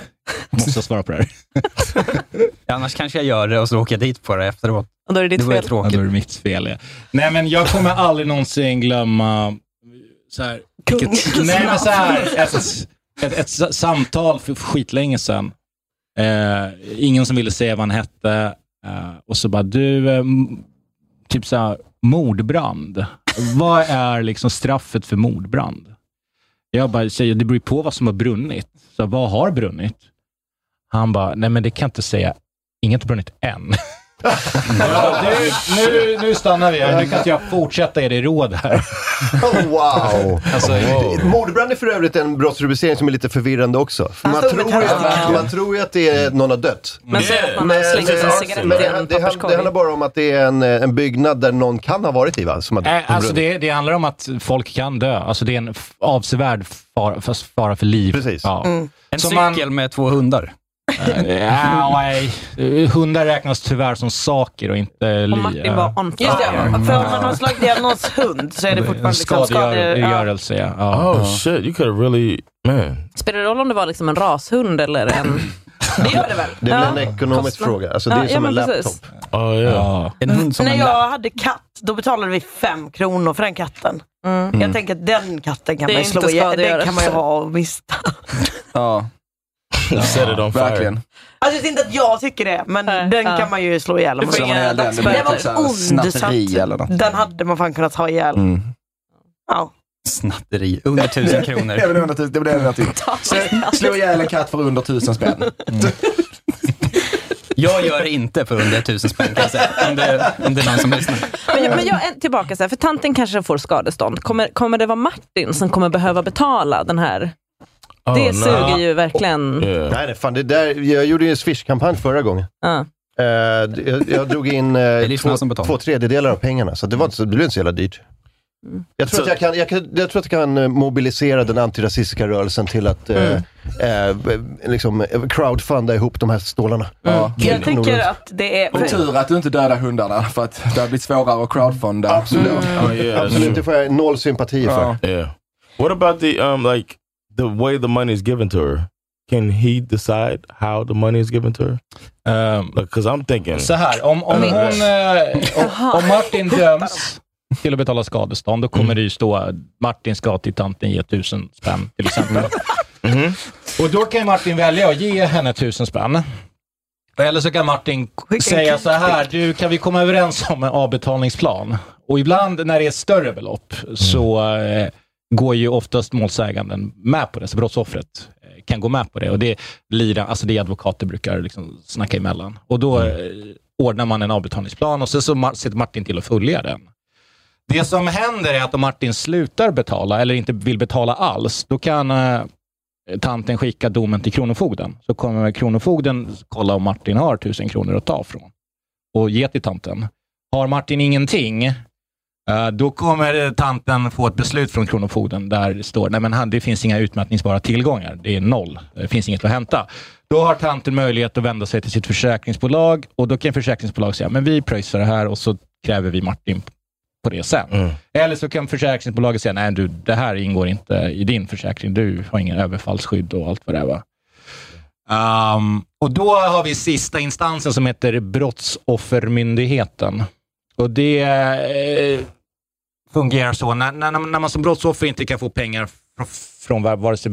S6: Måste jag svara på det här?
S5: Annars kanske jag gör det och så åker jag dit på det efteråt.
S4: Och Då är det
S5: Det
S4: ditt
S5: vore
S4: fel.
S6: Ja,
S5: tråkigt.
S6: då är det mitt fel. Ja. Nej, men jag kommer aldrig någonsin glömma... Så här, vilket, nej, men så här, ett, ett, ett sa- samtal för skitlänge sedan. Eh, ingen som ville säga vad han hette. Eh, och så bara, du, eh, m- typ så här, mordbrand. Vad är liksom straffet för mordbrand? Jag bara, säger, det beror ju på vad som har brunnit. Så här, vad har brunnit? Han bara, nej men det kan jag inte säga. Inget har brunnit än. Ja, du, nu, nu stannar vi här. Nu kan inte jag fortsätta er i råd här.
S1: Oh, wow!
S6: Alltså,
S1: Mordbrand är för övrigt en brottsrubricering som är lite förvirrande också. För man,
S3: Alltså,
S1: tror ju
S3: men-
S1: att, man tror ju att det är någon har dött.
S4: Men säg att man
S1: Men,
S4: har slängt ut en
S1: eh,
S4: cigarett
S1: men
S4: i
S1: det,
S4: en
S1: hand- det, hand-
S4: papperskorg.
S1: det handlar bara om att det är en, eh, en byggnad där någon kan ha varit i va? Som har dött.
S5: Äh,
S6: Nej, alltså det, det handlar om att folk kan dö. Alltså det är en f- avsevärd fara, fast fara för liv.
S1: Precis.
S6: Ja.
S3: Mm.
S5: En
S6: Som man-
S5: cykel med två hundar.
S6: Ja, Äh, nej. Hundar räknas tyvärr som saker och inte
S4: Och
S6: liv.
S4: Martin var on
S3: Just det,
S4: fire.
S3: för om man har slagit ihjäl någons hund så är det fortfarande liksom skadegörelse. Ja.
S6: Skadegörelse, ja. ja.
S2: Oh shit, you could have really, man.
S4: Spelar det roll om det var liksom en rashund eller en...
S3: Det gör det väl?
S1: Det är väl
S4: Ja.
S1: en ekonomisk
S4: Kostnad.
S1: fråga. Alltså det är
S4: Ja,
S1: som
S4: ja,
S1: en
S4: men
S1: laptop.
S4: precis.
S2: Oh yeah.
S6: ja.
S5: En hund som
S3: När
S5: en
S3: jag hade katt, då betalade vi fem kronor för den katten. Jag tänker att den katten kan
S4: Det är
S3: man ju slå
S4: inte
S3: ihjäl. Den
S4: skadegörelse.
S3: kan man ju ha och mista.
S7: Ja,
S2: You set it on fire.
S7: verkligen.
S3: Alltså det är inte att jag tycker det, men
S4: Nej,
S3: den
S4: ja.
S3: kan man ju slå ihjäl. om
S4: Du
S3: man
S4: får
S7: Så
S3: vill.
S7: man
S4: inga
S7: hade den, det
S4: dagsböter.
S7: blev
S3: Det var
S7: typ så här
S3: ond,
S7: Snatteri
S3: så att-
S7: eller något.
S3: Den hade man fan kunnat ha ihjäl.
S7: Mm.
S3: Ja.
S5: snatteri. Under tusen
S7: Det är
S5: kronor.
S7: väl under tusen, det blev det jag tyckte. Slå ihjäl en katt för under tusen spänn.
S5: Jag gör det inte för under tusen spänn kan jag säga. Om det, om det är någon som lyssnar.
S4: Men, men jag är tillbaka, så här, för tanten kanske får skadestånd. Kommer, kommer det vara Martin som kommer behöva betala den här?
S1: Oh,
S4: det
S1: no.
S4: suger ju verkligen.
S1: Nej, nej, fan, det där, jag gjorde ju en Swish-kampanj förra gången.
S4: Ja.
S1: Eh, jag, jag drog in eh,
S5: lyssnarna som
S1: två,
S5: betalar.
S1: två tredjedelar av pengarna, så det, var inte, så- det blev inte så jävla dyrt. Jag tror, att jag, kan, jag, kan, jag tror att jag kan eh, mobilisera den antirasistiska rörelsen till att
S5: Mm.
S1: eh, eh, liksom eh, crowdfunda ihop de här stålarna.
S3: Mm. Jag tycker att det är...
S7: Och tur att du inte dödar hundarna för att det har blivit svårare att Mm. crowdfunda.
S1: Absolut.
S2: Oh, yeah, that's
S1: Absolut,
S2: true.
S1: det får jag noll sympati för.
S2: Yeah. What about the um like the way the money is given to her? Can he decide how the money is given to
S6: her? Um,
S2: because I'm thinking. Uh,
S6: Så här, om, om,
S3: Mm.
S6: hon, eh, om, om Martin döms till att betala skadestånd, då kommer det ju stå Martin ska till tanten ge tusen spänn till exempel. Och då kan Martin välja att ge henne tusen spänn. Eller så kan Martin k-
S11: Skicka en
S6: säga
S11: kvitt.
S6: så här, du kan vi komma överens om en avbetalningsplan? Och ibland när det är ett större belopp så eh, går ju oftast målsäganden med på det, så brottsoffret eh, kan gå med på det. Och det är, lira, alltså det är advokater brukar liksom snacka emellan. Och då eh, ordnar man en avbetalningsplan och sen så ma- sitter Martin till att följa den. Det som händer är att om Martin slutar betala eller inte vill betala alls, då kan eh, tanten skicka domen till Kronofogden. Så kommer Kronofogden kolla om Martin har 1000 kronor att ta från och ge till tanten. Har Martin ingenting, eh, då kommer tanten få ett beslut från Kronofogden där det står nej men han, det finns inga utmätningsbara tillgångar. Det är noll. Det finns inget att hämta. Då har tanten möjlighet att vända sig till sitt försäkringsbolag och då kan försäkringsbolag säga men vi pröjsar det här och så kräver vi Martin på det sen. Eller så kan försäkringsbolaget säga, nej du, det här ingår inte i din försäkring. Du har ingen överfallsskydd och allt vad det är. Va? Ehm, och då har vi sista instansen som heter Brottsoffermyndigheten. Och det eh, fungerar så. När, när, när man som brottsoffer inte kan få pengar fr- från va- vare sig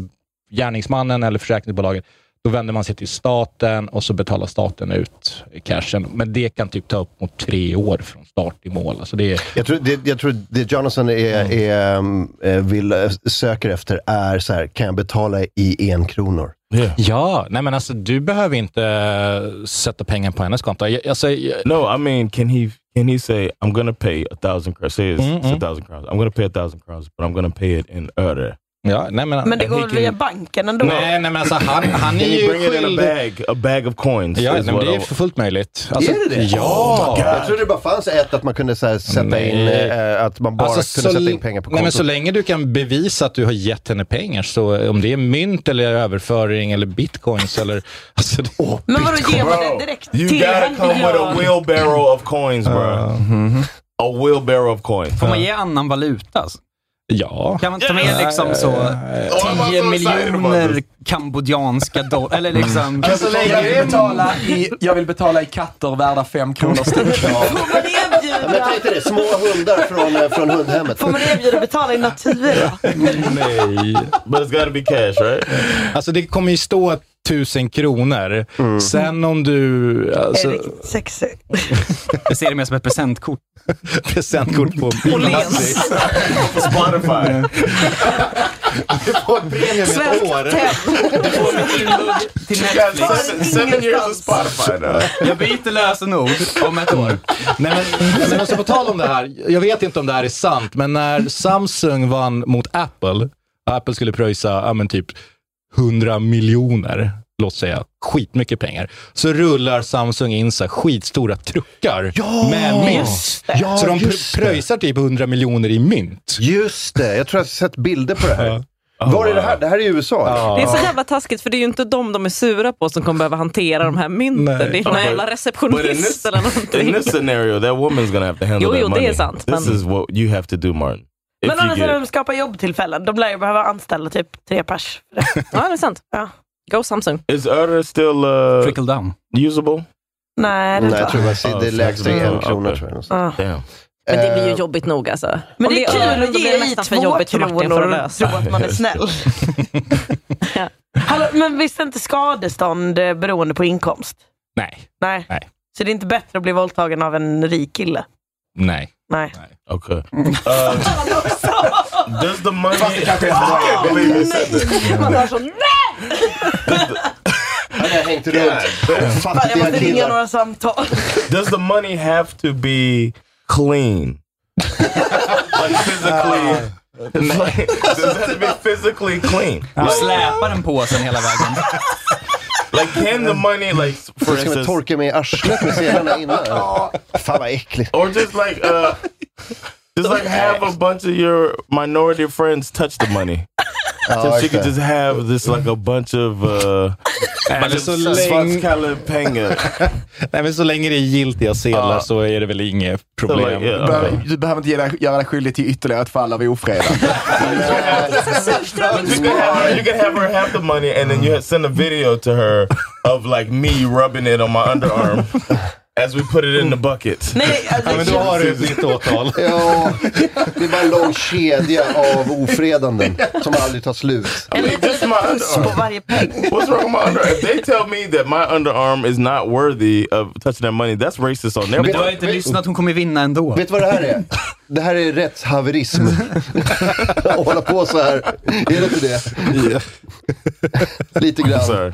S6: gärningsmannen eller försäkringsbolaget, då vänder man sig till staten och så betalar staten ut cashen. Men det kan typ ta upp mot tre år från start i mål. Alltså det är,
S1: Jag tror, det, jag tror det Jonathan är, är, um, eh, vill, eh, söker efter är så här, kan jag betala i en kronor?
S6: Ja, nej men alltså du behöver inte eh, sätta pengar på hennes konto. Jag, alltså, jag,
S2: No, I mean, can he can he say I'm gonna pay a thousand crowns? Say it's, it's a
S6: Mm-mm.
S2: thousand crowns. I'm gonna pay a thousand crowns, but I'm gonna pay it in öre.
S6: Ja, nej men.
S3: Men det går väl via banken ändå?
S7: alltså,
S2: Can he bring it in a bag, a bag of coins.
S6: Ja,
S2: is
S6: nej, men
S2: what
S6: det
S2: I
S6: är
S2: want.
S6: fullt möjligt. Alltså,
S1: är det det?
S6: Ja!
S1: Oh my God. jag trodde det bara fanns ett, att man kunde så här, sätta in,
S6: Nej.
S1: eh, att man bara
S6: Alltså, så
S1: kunde sätta in
S6: l-
S1: pengar på kontot.
S6: nej, men Så länge du kan bevisa att du har gett henne pengar, så om det är mynt eller överföring eller bitcoins eller... Alltså,
S3: Men vadå, ger man det direkt
S2: You
S3: till
S2: gotta
S3: henne?
S2: come with a
S3: Ja.
S2: wheelbarrow of coins, bro. A wheelbarrow of coins.
S5: Får man ge annan valuta? Alltså?
S6: Ja.
S5: Kan man ta med liksom så
S2: var
S5: 10
S2: så excited about
S5: miljoner kambodjanska dollar? Eller liksom...
S7: Alltså, så länge jag, vill betala i, jag vill betala i katter värda fem kronor styck.
S1: Ja, men jag tänkte det, små hundar från, eh, från hundhemmet.
S3: Får man erbjuda betala i natura?
S2: Nej. But it's gotta be cash, right?
S6: Alltså det kommer ju stå tusen kronor. Sen om du... Alltså,
S3: Sexigt.
S5: Jag ser det mer som ett presentkort.
S6: presentkort på
S5: Åhléns.
S2: på Spotify.
S1: Du får en premie med ett år.
S5: Till
S2: Seven- Seven years of Spotify now.
S5: Alltså, Jag byter lösenord om ett år.
S6: Nej, men, men alltså på tal om det här, jag vet inte om det här är sant, men när Samsung vann mot Apple, Apple skulle pröjsa ja, men typ 100 miljoner, låt säga, skitmycket pengar, så rullar Samsung in så här skitstora truckar med mynt.
S1: just det. Ja,
S6: så de
S1: just
S6: pr- pröjsar typ 100 miljoner i mynt.
S1: Just det, jag tror jag har sett bilder på det här. Var är det här? Det här är i USA. eller?
S4: Det är så jävla taskigt, för det är ju inte de de är sura på som kommer behöva hantera de här mynten.
S2: Nej.
S4: Det är någon
S2: But-
S4: jävla
S2: But in
S4: receptionist
S2: this,
S4: eller någonting.
S2: in this scenario, that woman's gonna have to handle
S4: Jo,
S2: that
S4: jo, det är
S2: money.
S4: sant,
S2: This
S4: men-
S2: is what you have to do, Martin. If
S3: Men
S2: you
S3: annars
S2: get
S3: hade de
S2: it.
S3: skapat jobbtillfällen. De lär ju behöva anställa typ tre pers. för det.
S4: Ja, det är sant. Go Samsung.
S2: Is öre still uh,
S5: Trickle down.
S2: usable?
S3: Nej, det
S1: Nej,
S3: Ah. tror
S1: jag
S3: jag.
S1: tror jag det lägsta Eh, är en krona. Tror jag.
S3: Ja.
S2: Damn.
S4: Men det blir ju jobbigt nog alltså.
S3: Men
S4: Om
S3: det är
S4: är öron,
S3: kul
S4: då
S3: att
S4: blir
S3: ge
S4: det
S3: i
S4: nästan
S3: två
S4: för jobbigt för Martin
S3: kronor
S4: för att
S3: och tro
S4: lösa.
S3: att man är snäll.
S4: Ja.
S3: Hallå, men visst är inte skadestånd eh, beroende på inkomst?
S6: Nej.
S3: Nej.
S6: Nej.
S3: Så det är inte bättre att bli våldtagen av en rik kille?
S6: Nej.
S3: Nej.
S2: Okay. Uh, does the money...
S7: Fast det kanske är så bra.
S2: I can't believe you said that.
S3: Man hör så nej!
S1: Hade jag hängt Hängt runt.
S3: Fan, jag
S1: Fattiga
S3: måste ringa
S1: killar.
S3: några samtal.
S2: Does the money have to be clean? like physically. Like, does it have to be physically clean?
S5: Du släpar den påsen hela vägen.
S2: Like can the money like for
S1: Jag ska väl
S2: instance
S1: torka mig i arslet med senarna innan. Fan vad äckligt.
S2: Or just like uh just like have a bunch of your minority friends touch the money.
S1: Oh,
S2: so she
S1: okay.
S2: could just have this like a bunch of uh
S6: Men så länge-
S2: svartskalle pengar.
S6: Nej, men så länge det är giltiga sedlar så är det väl inget problem.
S2: like, yeah,
S6: Ja.
S2: okay.
S7: Du behöver inte ge dig- göra dig skyldig till ytterligare ett fall av ofredande.
S2: You can, have her, you can have her have the money, and then you send a video to her of like me rubbing it on my underarm as we put it in the bucket.
S6: Ja, men då har du ditt åtal.
S1: Ja, det är bara en lång kedja av ofredanden som aldrig tar slut.
S2: I mean, just my underarm.
S3: Varje peng.
S2: What's wrong with my underarm? If they tell me that my underarm is not worthy of touching that money, that's racist on their
S5: Men du har
S2: part.
S5: inte lyssnat, hon kommer vinna ändå.
S1: Vet du vad det här är? Det här är rättshaverism. Att hålla på så här. Är det inte det? Lite grann.
S2: Sorry.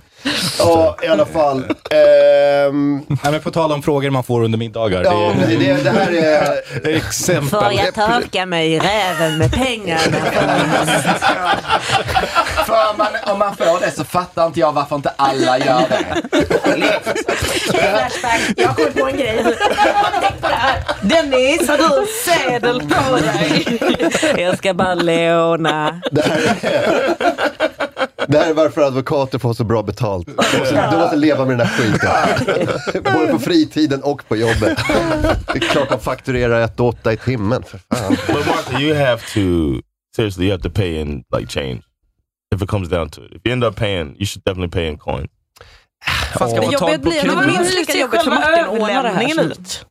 S1: Ja, i alla fall. Ehm,
S6: Nej, men på tal om frågor man får under middagar.
S1: ja,
S6: det
S1: men
S6: är-
S1: det, det här är...
S6: det är exempel.
S4: Får jag torka mig i räven med pengarna?
S7: För man, om man får det så fattar inte jag varför inte alla gör det.
S3: Flashback, jag kom på en grej. Tänk på det här. Dennis, har du en sedel på dig?
S4: Jag ska bara låna.
S1: Det här är, det här är varför advokater får så bra betalt. De måste, de måste leva med den här skiten. Både på fritiden och på jobbet. Det är klart de fakturerar ett och åtta i timmen. För fan.
S2: But Martha, you have to seriously, you have to pay in like change if it comes down to it. If you end up paying, you should definitely pay in coin.
S5: Fan, ska man ta
S4: Jobbigt
S5: på
S4: blir det. Det var
S5: krogen?
S4: minst lika jobbigt för Martin att ordna det här. som-
S3: ut?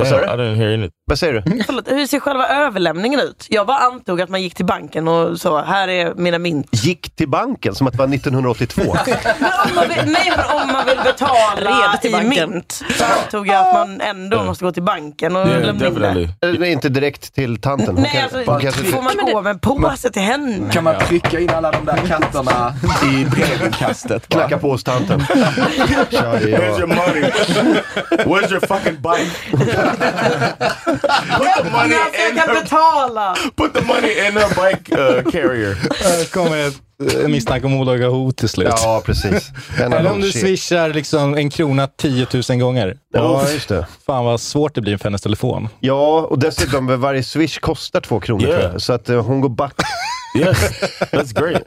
S2: I
S1: Sorry?
S2: didn't hear anything.
S1: Vad säger du?
S3: Förlåt, hur ser själva överlämningen ut? Jag bara antog att man gick till banken och så, här är mina mynt.
S1: Gick till banken som att det var 1982.
S3: Men om man vill, nej, men om man vill betala
S4: Red till
S3: i
S4: banken.
S3: mynt så antog jag att man ändå måste gå till banken och
S2: Yeah,
S3: lämna in det.
S2: definitely.
S1: Eller inte direkt till tanten. Hon
S3: Nej,
S1: kan-
S3: alltså,
S1: hon kanske-
S3: får man gå med en påse till henne?
S7: Kan man trycka in alla de där katterna i brevinkastet? bara?
S1: Knacka på hos tanten. Tja, det
S2: Here's your
S1: är
S2: money. Where's your fucking bike? Put the money
S3: Alltså, jag
S2: in
S3: kan
S2: her.
S3: betala!
S2: Put the money in her bike uh, carrier.
S6: Här kommer ett eh, misstanke om olaga hot till slut.
S1: Ja, precis. En
S6: Eller om
S1: annan
S6: du
S1: shit.
S6: swishar liksom en krona 10 000 gånger.
S1: Ja,
S6: Uff,
S1: just det.
S6: Fan vad svårt det blir för hennes telefon.
S1: Ja, och dessutom varje swish kostar två kronor
S2: Yeah.
S1: tror jag. Så att eh, hon går back.
S2: Yes, that's great.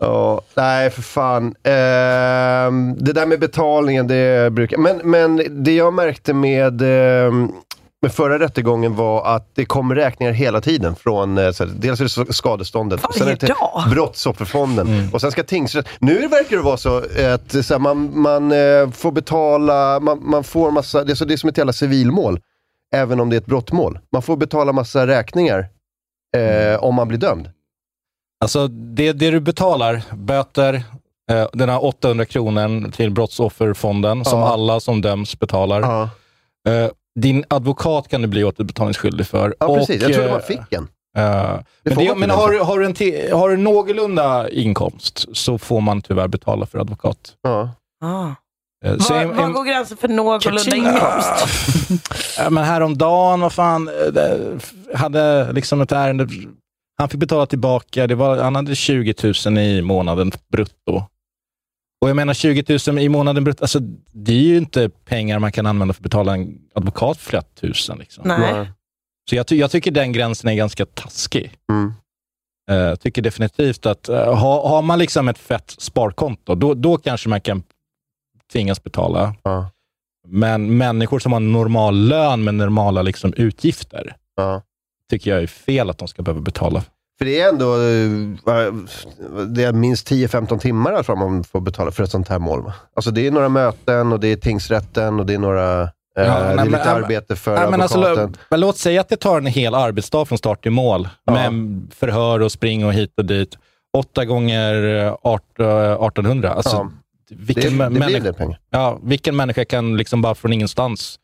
S1: Ja, nej för fan. Ehm, det där med betalningen, det brukar... Men, men det jag märkte med, ehm, med förra rättegången var att det kom räkningar hela tiden. Från, eh, så här, dels är det så- skadeståndet, och sen är det till
S3: dag?
S1: Brottsofferfonden och sen ska tingsrätten... Nu verkar det vara så att så här, man, man eh, får betala, man, man får massa... Det är, så, det är som ett jävla civilmål, även om det är ett brottmål. Man får betala massa räkningar eh, om man blir dömd.
S6: Alltså det, det du betalar, böter, eh, den här 800 kronor till brottsofferfonden som
S1: Ja.
S6: alla som döms betalar.
S1: Ja,
S6: Eh, din advokat kan du bli återbetalningsskyldig för.
S1: ja precis. Jag trodde
S6: eh,
S1: man fick en.
S6: eh,
S1: får
S6: men
S1: man
S6: det,
S1: inte
S6: men
S1: den
S6: har, du- har, du en te, har du någorlunda inkomst så får man tyvärr betala för advokat.
S1: Ja.
S3: Ah.
S6: Eh, så
S3: Var,
S6: en-
S3: var
S6: en-
S3: går gränsen för någorlunda
S2: Ah.
S3: inkomst?
S6: Ja, men häromdagen, vad fan, eh, det- f- hade liksom ett ärende, han fick betala tillbaka, det var, han hade 20 000 i månaden brutto. Och jag menar 20 000 i månaden brutto, alltså, det är ju inte pengar man kan använda för att betala en advokat flera tusen. Liksom.
S3: Nej.
S6: Så jag, ty- jag tycker den gränsen är ganska taskig.
S1: Mm.
S6: Eh, Jag tycker definitivt att eh, ha, har man liksom ett fett sparkonto, då, då kanske man kan tvingas betala.
S1: Ja.
S6: Men människor som har en normal lön med normala liksom utgifter,
S1: Ja.
S6: tycker jag är fel att de ska behöva betala.
S1: För det är ändå eh, det är minst 10-15 timmar alltså, man får betala för ett sånt här mål. Va? Alltså det är några möten och det är tingsrätten och det är några... eh, det är
S6: nej,
S1: lite
S6: men-
S1: arbete för
S6: Nej, men alltså,
S1: advokaten.
S6: lå- men låt säga att det tar en hel arbetsdag från start till mål, med förhör och spring och hit och dit. Åtta gånger eh, art- eh, 1800. Alltså,
S1: Ja. det,
S6: vilken,
S1: det
S6: män-
S1: blir
S6: människa,
S1: en del pengar.
S6: Ja, vilken människa kan liksom bara från ingenstans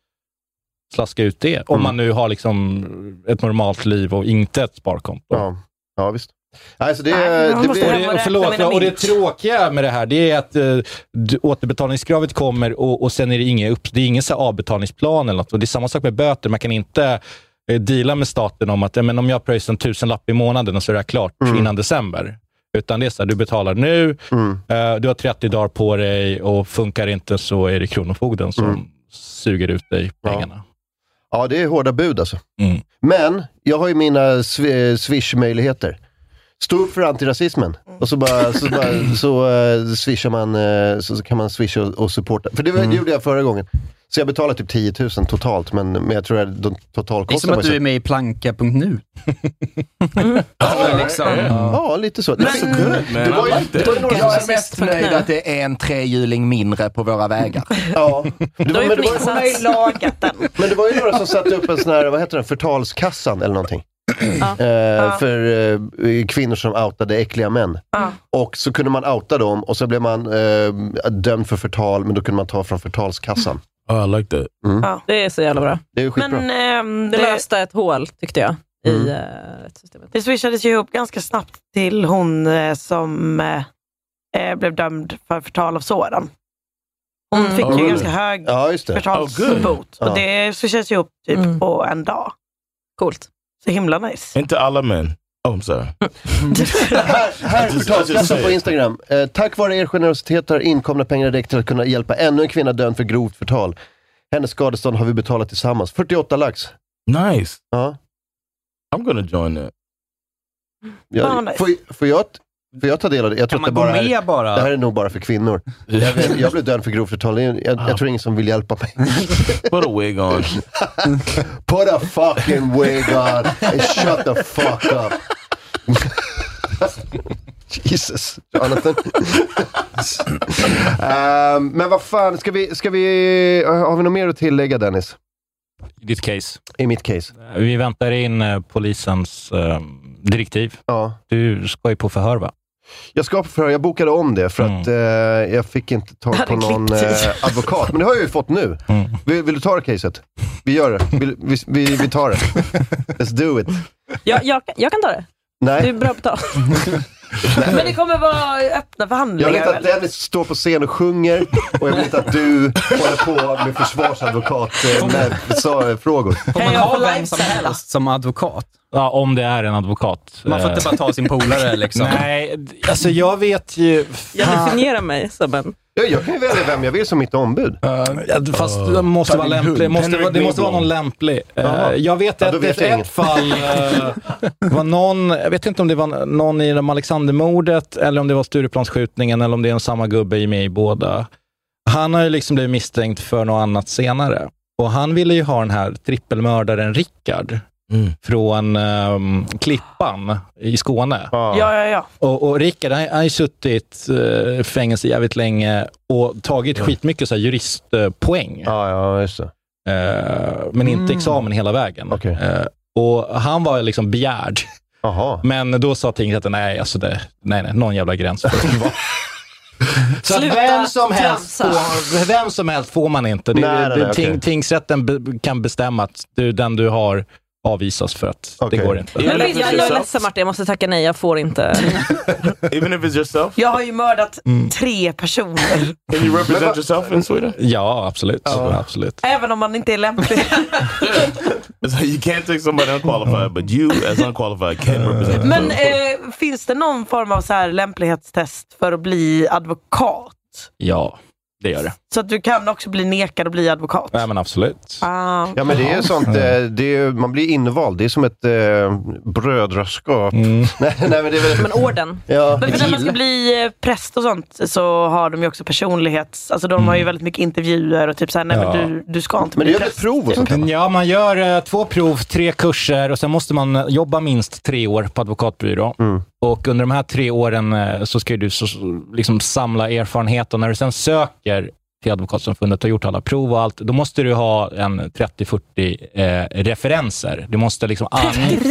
S6: slaska ut det? Om
S1: Mm.
S6: man nu har liksom ett normalt liv och inte ett sparkonto.
S1: Ja. ja, visst. Alltså det,
S11: Och
S1: det blir...
S11: det- och förlåt, och det tråkiga med det här det är att eh, d- återbetalningskravet kommer och, och sen är det ingen, upp, det är ingen så här avbetalningsplan eller något. Och det är samma sak med böter. Man kan inte eh, deala med staten om att ja, men om jag pröjsar en tusenlapp i månaden och så är det här klart innan december. Utan det är så här, du betalar nu, eh, du har 30 dagar på dig och funkar inte så är det Kronofogden som suger ut dig pengarna.
S1: Ja, det är hårda bud alltså.
S11: Mm.
S1: Men jag har ju mina swi- swish-möjligheter. Stå upp för antirasismen. Och så, bara, så, bara, så, eh, swishar man, eh, så, så kan man swisha och, och supporta. För
S5: Mm.
S1: det, var- det gjorde jag förra gången. Så jag betalade typ 10 000 totalt, men, men jag tror att de
S5: Det är som
S1: totalkostnaden
S5: att du är med i planka.nu. liksom.
S1: Ja, lite så.
S5: Mm. Men-
S1: Det var ju- Eh, det var ju några-
S7: jag är mest nöjd att det är en trehjuling mindre på våra vägar.
S1: Ja. Det var, men, det
S3: Hon har
S1: var,
S3: ju lagat den.
S1: men det var ju några som satte upp en sån här, vad heter den, förtalskassan eller någonting. Eh, För eh, kvinnor som outade äckliga män. Och så kunde man outa dem och så blev man eh, dömd för förtal, men då kunde man ta från förtalskassan. Mm.
S2: Oh, I like that.
S4: Ja, det är så jävla bra.
S1: Det är ju skitbra. Mm.
S3: Men ehm,
S4: Det
S3: det,
S4: löste ett hål, tyckte jag. I, eh,
S3: det swishades ju ihop ganska snabbt till hon eh, som eh, eh, blev dömd för förtal av sådan. Hon
S4: Mm.
S3: fick
S4: Oh,
S3: ju
S4: really?
S3: ganska hög
S1: Ja, just det.
S3: förtalsbot.
S2: Oh, good.
S3: och
S2: Ja.
S3: det swishades ihop typ på en dag.
S4: Mm. Coolt.
S3: Så himla nice.
S2: Inte alla män. Oh, I'm sorry.
S1: Här är
S2: just- I just
S1: förtalskassan
S2: say
S1: på
S2: it.
S1: Instagram. Eh, tack vare er generositet har inkomna pengar räckt till att kunna hjälpa ännu en kvinna dömd för grovt förtal. Hennes skadestånd har vi betalat tillsammans. 48 lax.
S2: Nice.
S1: Ja.
S2: I'm gonna join that.
S1: Jag,
S2: Fan, vad nice.
S1: får, får, jag, får jag ta del av det? Jag tror
S2: Kan
S1: att det
S2: man gå
S1: bara är,
S2: med bara?
S1: Det här är nog bara för kvinnor. Jag, vet- jag blev dömd för grovt förtal. Jag, jag, jag tror ingen som vill hjälpa mig.
S2: Put a wig on.
S1: Put a fucking wig on and shut the fuck up. Jesus, Jonathan. Ehm, men vad fan, ska vi, ska vi, har vi något mer att tillägga Dennis?
S6: I ditt case?
S1: I mitt case.
S6: Vi väntar in eh, polisens eh, direktiv. Du ska ju på förhör, va?
S1: Jag ska på förhör, jag bokade om det
S6: Mm.
S1: för att eh, jag fick inte tag på någon eh, advokat. Men det har jag ju fått nu.
S6: Mm.
S1: Vill, vill du ta det caset? Vi gör det. Vill, vi, vi, vi tar det. Let's do it.
S4: jag, jag, jag kan ta det.
S1: Nej.
S4: Du är bra på tal.
S3: Men det kommer vara öppna
S1: Jag
S3: förhandlingar.
S1: vill inte att
S3: väl?
S1: Dennis står på scen och sjunger och jag vill inte att du håller på med eh, försvarsadvokatfrågor.
S5: Får man ha vem som helst som advokat?
S6: Ja, om det är en advokat.
S5: Man får inte
S6: Eh,
S5: bara ta sin polare liksom.
S6: Nej, d- alltså jag vet ju...
S4: Jag definierar mig som en...
S1: Jag, jag kan ju välja vem jag vill som mitt ombud.
S6: Ja, fast det måste vara lämplig. Måste, vara- det måste vara någon lämplig. Eh,
S1: Jaha.
S6: jag vet
S1: Ja,
S6: att
S1: då
S6: det
S1: vet
S6: är
S1: jag
S6: ett
S1: inget.
S6: fall eh, det var någon, jag vet inte om det var någon i de Alexandermordet eller om det var Stureplansskjutningen eller om det är en samma gubbe i med i båda. Han har ju liksom blivit misstänkt för något annat senare. Och han ville ju ha den här trippelmördaren Rickard från ehm, Klippan i Skåne.
S3: Ja, ja, ja.
S6: Och, och Rickard, han han har ju suttit eh, i fängelse jävligt länge och tagit skitmycket så här juristpoäng. Eh,
S1: Ja, ja, just det.
S6: men inte examen hela vägen. Eh, och han var liksom begärd. Men då sa tingsrätten, nej, alltså det, nej, nej, någon jävla gräns får det vara. Så att
S11: Sluta
S6: vem som, helst
S11: tramsa.
S6: får, vem som helst får man inte. Det,
S11: Nej, nej,
S6: det,
S11: nej,
S6: ting,
S11: okej.
S6: Tingsrätten be, kan bestämma att du, den du har avvisas för att det går inte.
S4: Men jag, jag är ledsen Martin, jag måste tacka nej. Jag får inte.
S2: Even if it's yourself?
S3: Jag har ju mördat
S6: Mm.
S3: tre personer.
S2: Can you represent yourself in Sweden? Oh.
S6: Ja, absolut. absolut.
S3: Även om man inte är lämplig.
S2: It's like you can't take somebody unqualified, but you as unqualified can represent
S3: Men
S2: yourself.
S3: eh, finns det någon form av så här lämplighetstest för att bli advokat?
S6: Ja, det gör det.
S3: Så att du kan också bli nekad att bli advokat?
S6: Nej, men absolut.
S3: Ah.
S1: Ja, men det är ju sånt, eh, det är, ju- man blir invald. Det är som ett eh, brödraskap. Nej, nej, men det är väl...
S4: Som en orden.
S1: Ja.
S3: Men när man ska bli eh, präst och sånt så har de ju också personlighets... Alltså de har ju väldigt mycket intervjuer och typ såhär, nej
S6: Mm. Ja.
S3: men du, du ska inte bli präst.
S6: Mm, Ja, man gör eh, två prov, tre kurser och sen måste man jobba minst tre år på advokatbyrå. Och under de här tre åren eh, så ska ju du så, så- liksom samla erfarenhet och när du sen söker till Advokatsamfundet och har gjort alla prov och allt, då måste du ha en 30-40 eh, referenser. Du måste liksom ange...
S4: 30-40?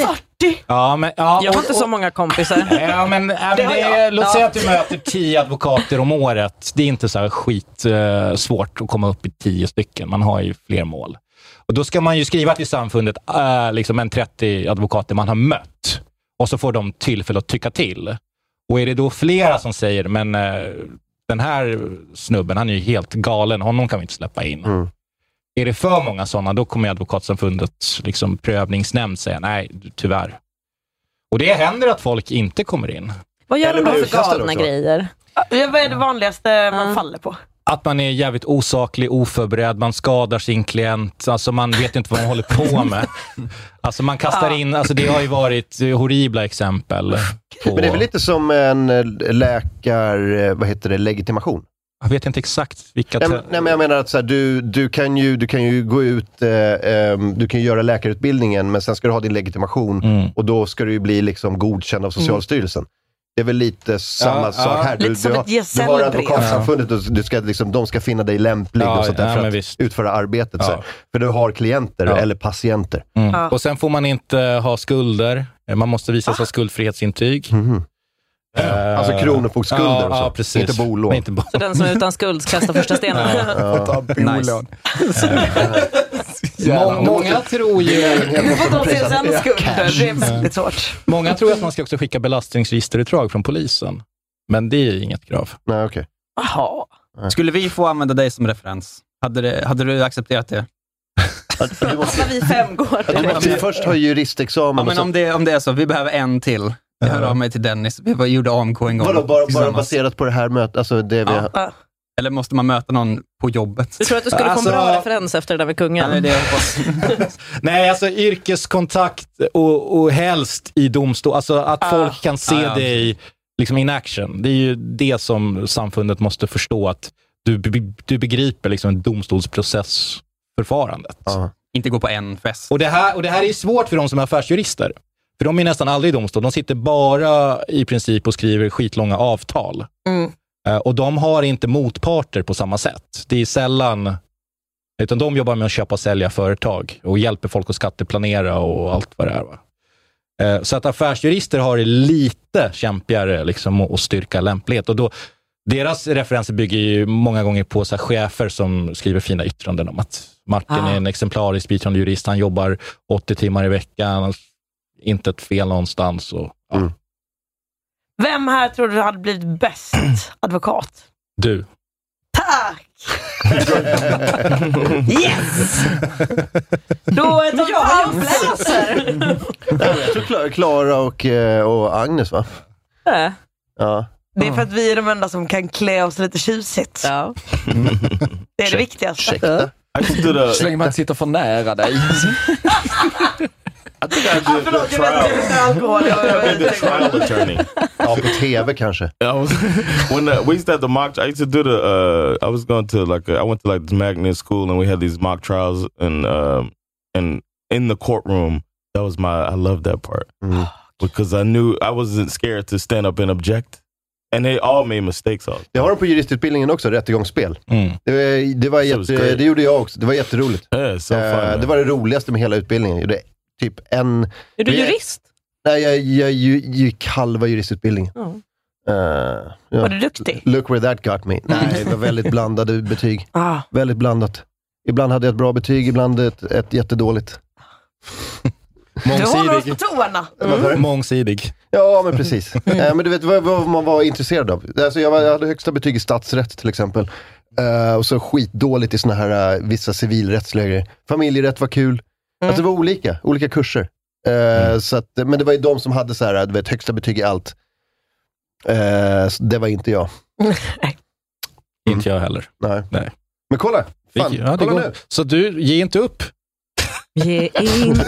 S6: Ja, men, ja,
S4: Jag har
S6: och-
S4: inte så
S6: och-
S4: många kompisar.
S6: Ja, men, ja, men det är, låt säga att du möter tio advokater om året. Det är inte så här skit eh, svårt att komma upp i tio stycken. Man har ju fler mål. Och då ska man ju skriva till samfundet eh, liksom en 30 advokater man har mött. Och så får de tillfälle att tycka till. Och är det då flera som säger, men eh, den här snubben, han är ju helt galen, honom kan vi inte släppa in. Är det för många sådana, då kommer ju Advokatsamfundets liksom, prövningsnämnd säga, nej, tyvärr. Och det händer att folk inte kommer in.
S4: Vad gör de
S6: Eller
S4: då för
S6: utkastade
S4: galna
S6: också.
S4: grejer?
S3: Ja, vad är det vanligaste man faller på?
S6: Att man är jävligt osaklig, oförberedd, man skadar sin klient, alltså man vet inte vad man håller på med. Alltså man kastar in, alltså det har ju varit eh, horribla exempel. På,
S1: Men det är väl lite som en eh, läkar... eh, Vad heter det? Legitimation?
S6: Jag vet inte exakt vilka...
S1: Nej, men- nej, men jag menar att så här, du, du, kan ju, du kan ju gå ut, eh, ehm, du kan ju göra läkarutbildningen, men sen ska du ha din legitimation och då ska du ju bli liksom godkänd av Socialstyrelsen. Det är väl lite samma
S6: Ja,
S1: sak
S6: ja.
S1: här. Du,
S6: Lite som
S1: du,
S6: ett
S1: har- du har
S6: gesällbrev.
S1: Advokatsamfundet och du ska, liksom, de ska finna dig lämplig
S6: Ja,
S1: och sånt där
S6: ja,
S1: för
S6: men
S1: att utföra arbetet. Så här. För du har klienter
S6: Ja.
S1: eller patienter.
S6: Mm. Och sen får man inte ha skulder. Eh, Man måste visa sig ha skuldfrihetsintyg. Eh,
S1: Mhm. Alltså kronofogdeskulder
S6: ja,
S1: och så.
S6: Ja, precis.
S1: Inte bolån.
S6: Nej, inte bolån.
S4: Så den som är utan skuld kastar första stenen.
S1: Ja.
S6: Nice. Många, många tror ju...
S3: Du får ta till sen skulder. Det är väldigt svårt.
S6: Mm. Många tror att man ska också skicka belastningsregisterutdrag från polisen. Men det är inget krav.
S1: Nej, okej.
S3: Jaha.
S5: Skulle vi få använda dig som referens? Hade, det, hade du accepterat det?
S1: Du måste,
S4: vi fem går.
S1: du måste ju först ha juristexamen.
S5: Ja,
S1: och
S5: men
S1: så-
S5: om, det, om det är så, vi behöver en till. Jag hörde av mig till Dennis, vi var, gjorde AMK en gång
S1: Vadå, bara, bara
S5: tillsammans.
S1: baserat på det här mötet? Alltså det vi...
S5: Ja. Eller måste man möta någon på jobbet? Alltså-
S4: Du tror att du skulle
S6: Alltså-
S4: få en bra referens efter det där med kungen?
S5: Nej, det är jag hoppas.
S6: Nej, alltså yrkeskontakt och, och helst i domstol. Alltså att folk kan se
S5: Ah, ja.
S6: dig liksom in action. Det är ju det som samfundet måste förstå, att du, be- du begriper liksom domstolsprocessförfarandet.
S5: Inte gå på en fest.
S6: Och det, här, och det här är ju svårt för de som är affärsjurister. För de är nästan aldrig i domstol. De sitter bara i princip och skriver skitlånga avtal.
S3: Mm.
S6: Eh, Och de har inte motparter på samma sätt. Det är sällan... Utan de jobbar med att köpa och sälja företag och hjälper folk att skatteplanera och allt vad det är. Va? Eh, Så att affärsjurister har det lite kämpigare liksom, att att styrka lämplighet. Och då, deras referenser bygger ju många gånger på så här, chefer som skriver fina yttranden om att Martin
S12: Ah.
S6: är en exemplarisk biträdande jurist, han jobbar 80 timmar i veckan, inte ett fel någonstans. Och, ja.
S3: Vem här tror du hade blivit bäst advokat?
S6: Du.
S3: Yes! Då är det jag läser.
S1: Nej, men jag tror Kla- Klara och, eh, och Agnes, va? Ja.
S3: Det är för att vi är de enda som kan klä oss lite tjusigt. Det är det viktigaste.
S2: I just did a.
S7: Så länge man inte sitter för nära dig.
S2: I think I did the trial.
S3: Alkohol.
S2: I did the trial attorney.
S1: ja, på tv kanske.
S2: I was when uh, we used to have the mock. I used to do the. Uh, I was going to like. A, I went to like this magnet school, and we had these mock trials, and um, and in the courtroom, that was my. I loved that part because I knew I wasn't scared to stand up and object, and they all made mistakes. All
S1: Det har de på juristutbildningen också, rättegångsspel.
S6: Mm.
S1: Det, var- det, var
S2: So it's
S1: jätte,
S2: great.
S1: det gjorde jag också. Det var jätteroligt.
S2: so fun,
S1: Eh,
S2: man.
S1: det var det roligaste med hela utbildningen. Jag gjorde typ en...
S4: Är du jurist?
S1: Nej, jag, jag ju- gick halva juristutbildningen.
S4: Ja.
S1: Eh, ja.
S3: Var du duktig?
S1: Look where that got me. Nej, det var väldigt blandade betyg.
S3: Ah.
S1: Väldigt blandat. Ibland hade jag ett bra betyg, ibland ett, ett jättedåligt.
S3: Du håller oss på tårna.
S6: Mångsidig. Mm.
S1: Ja, men precis. Eh, men du vet vad, vad man var intresserad av. Alltså, jag, var, jag hade högsta betyg i statsrätt till exempel. Eh, och så skitdåligt i såna här eh, vissa civilrättsliga grejer. Familjerätt var kul.
S6: Mm.
S1: Alltså det var olika, olika kurser. Eh, så att, men det var ju de som hade så här, du vet, högsta betyg i allt. Eh, så det var inte jag.
S6: Inte jag heller.
S1: Nej.
S6: Nej.
S1: Men kolla! Fan,
S6: Ja, det
S1: kolla
S6: går.
S1: nu!
S6: Så du, ge inte upp.
S4: Ge inte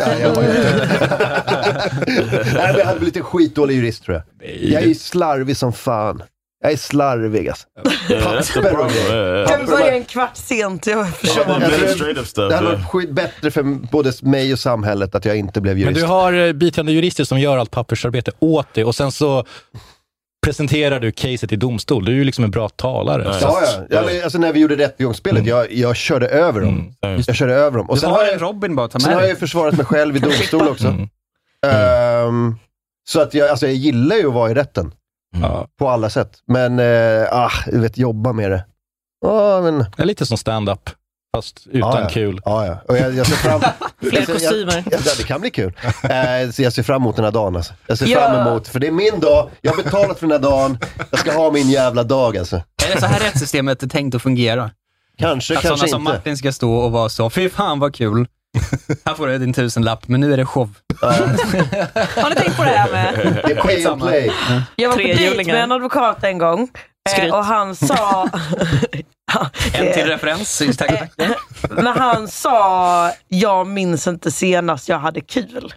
S1: Nej, men jag hade blivit en skitdålig jurist tror jag. Jag är ju slarvig som fan. Jag är slarvig alltså.
S2: that's the
S1: Papper och
S2: problem.
S1: grejer.
S2: Yeah,
S3: Kan vi börja en kvart sent? Jag förstår.
S2: yeah. Administrative stuff.
S1: Det hade
S2: yeah.
S1: varit skit- bättre för både mig och samhället att jag inte blev
S6: Men
S1: jurist.
S6: du har eh, biträdande jurister som gör allt pappersarbete åt dig och sen så presenterar du caset i domstol. Du är ju liksom en bra talare.
S1: Ja,
S6: Så
S1: ja.
S6: att-
S1: ja Mm. men, alltså, när vi gjorde rättegångsspelet, jag, jag körde över dem. Jag körde över dem.
S5: Du
S1: sen
S5: har
S1: har
S5: en
S1: jag-
S5: Robin bara, ta med
S1: Sen har
S5: dig.
S1: jag ju försvarat mig själv i domstol också.
S6: Mm.
S1: Ehm, så att jag, alltså jag gillar ju att vara i rätten.
S6: Ja.
S1: På alla sätt. Men, eh, ah, du vet, jobba med det. Ja, men...
S6: Det är lite som stand-up.
S11: Fast utan
S1: Ja, ja.
S11: kul.
S1: Ja, ja. Och jag, jag ser fram...
S4: Fler
S1: jag ser-
S4: kostymer.
S1: Jag, ja, det kan bli kul. Eh, så jag ser fram emot den här dagen. Alltså. Jag ser
S4: Ja.
S1: fram emot, för det är min dag. Jag har betalat för den här dagen. Jag ska ha min jävla dag alltså.
S5: Är det så här rättssystemet är tänkt att fungera?
S1: Kanske,
S5: att
S1: kanske
S5: sådana som
S1: inte.
S5: Martin ska stå och vara så, fy fan vad kul. Här får du din tusenlapp, men nu är det show.
S3: Har ni tänkt på det här med?
S1: Det är pay and play.
S3: Jag var på dejt
S5: Trehjulingar.
S3: med en advokat en gång eh,
S5: Skryt.
S3: och han sa,
S5: En till referens, syns tack och tack.
S3: när han sa, jag minns inte senast jag hade kul.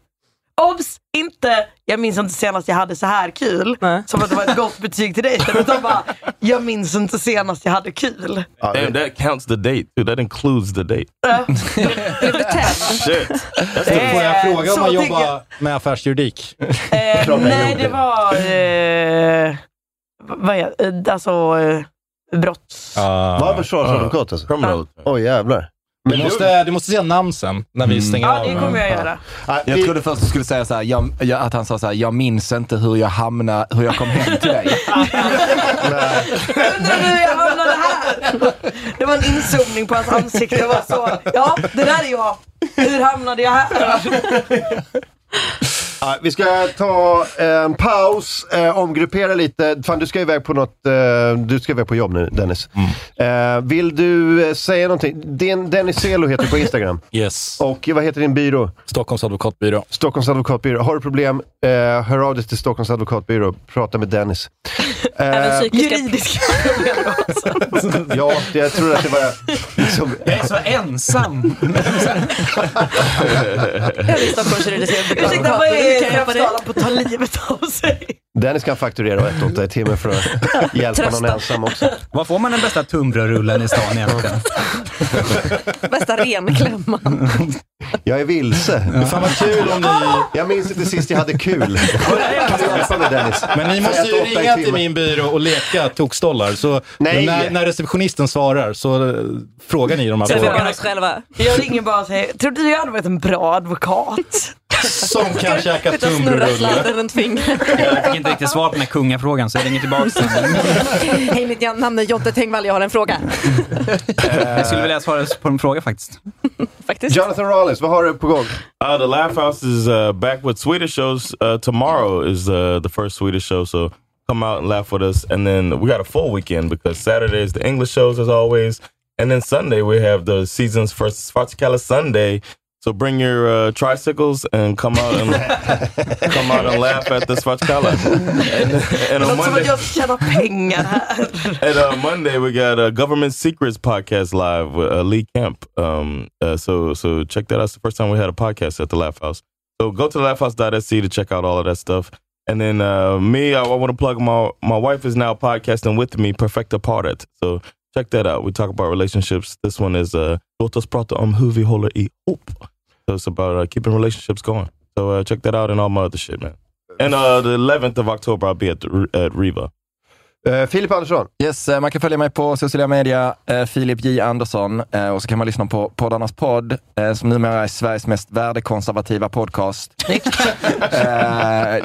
S3: Obs! Inte, jag minns inte senast jag hade så här kul. Som att det var ett gott betyg till dejten. Utan bara, jag minns inte senast jag hade kul.
S2: Damn, that counts the date. Dude, that includes the date.
S3: Blev du tänd?
S2: Shit. That's
S11: Får
S2: the,
S11: jag fråga
S3: Eh,
S11: om
S3: så
S11: man
S3: tänker
S11: jobbar med affärsjuridik?
S3: Eh, nej, det var... Eh, vad är, eh, alltså, eh, brotts...
S11: Ah.
S1: Var försvarsadvokat alltså?
S2: Criminal.
S1: Åh jävlar. Mm.
S11: Du måste, du måste säga namn sen, när vi stänger av.
S1: vi-
S7: Jag trodde först du skulle säga så här, jag, jag, att han sa så här, jag minns inte hur jag hamnade, hur jag kom hem till dig.
S3: Undrar nu hur jag hamnade här? Det var en inzoomning på hans ansikte. Jag var så, ja, det där är jag. Hur hamnade jag här?
S1: Ja, vi ska ta en paus, eh, omgruppera lite. Fan, du ska iväg på något, eh, du ska iväg på jobb nu, Dennis.
S11: Mm.
S1: Eh, vill du eh, säga någonting? Den, Dennis Selo heter du på Instagram.
S11: Yes.
S1: Och vad heter din byrå?
S11: Stockholms advokatbyrå.
S1: Stockholms advokatbyrå. Har du problem, eh, hör av dig till Stockholms advokatbyrå. Prata med Dennis. Eh,
S3: Juridiska problem också.
S1: ja, det- jag tror att det var... Liksom,
S5: Jag är så ensam.
S4: Stockholms juridiska
S3: Ursäkta, vad är straffskalan på att ta livet av sig?
S1: Dennis kan fakturera 1,8 i timmen för att hjälpa någon
S4: Trösta.
S1: ensam också.
S5: Var får man den bästa tunnbrödsrullen i stan egentligen?
S4: Bästa renklämman.
S1: Jag är vilse.
S11: Fan vad kul om ni...
S1: Jag minns inte sist jag hade kul. Kan du hjälpa mig Dennis?
S11: Men ni måste ju
S1: 1,8 i
S11: ringa till
S1: timmen.
S11: min byrå och leka tokstollar. Så
S1: Nej.
S11: när, när receptionisten svarar så eh, frågar ni de här
S4: Så frågar
S11: frågorna.
S4: oss själva.
S3: Jag ringer bara och säger, tror du jag hade varit en bra advokat?
S11: Som kan käka
S4: Utan snurra
S11: tunnbrödsrulle.
S4: sladden runt fingret.
S5: Jag fick inte riktigt svar på den här kungafrågan, så jag ringer tillbaka sen.
S4: Hej, mitt namn är Jonte Tengvall. Jag har en fråga.
S5: Jag skulle vilja svara på en fråga faktiskt.
S4: Faktiskt.
S1: Jonathan Rollins, vad har du på gång?
S2: uh, the Laugh House is uh, back with Swedish shows. Uh, tomorrow is uh, the first Swedish show, so come out and laugh with us. And then we got a full weekend because Saturday is the English shows as always. And then Sunday we have the season's first Svartikala Sunday. So bring your uh, tricycles and come out and come out and laugh at the Svartikala. And, and
S3: Det
S2: on
S3: låter som
S2: Monday,
S3: att jag ska tjäna pengar här.
S2: and uh, Monday we got uh, Government Secrets podcast live with uh, Lee Kemp. Um, uh, so so check that out. It's the first time we had a podcast at the Laugh House. So go to laughhouse.sc E to check out all of that stuff. And then uh, me, I, I want to plug my my wife is now podcasting with me, Perfecta Paret. So check that out. We talk about relationships. This one is uh, Låt oss prata om hur vi håller ihop. E, So it's about uh, keeping relationships going. So uh, check that out and all my other shit, man. And uh, the 11th of October, I'll be at the, at Riva.
S1: Eh, Filip Andersson.
S7: Yes, eh, man kan följa mig på sociala medier, eh, Filip J Andersson, eh, och så kan man lyssna på poddarnas podd, eh, som numera är Sveriges mest värdekonservativa podcast. eh,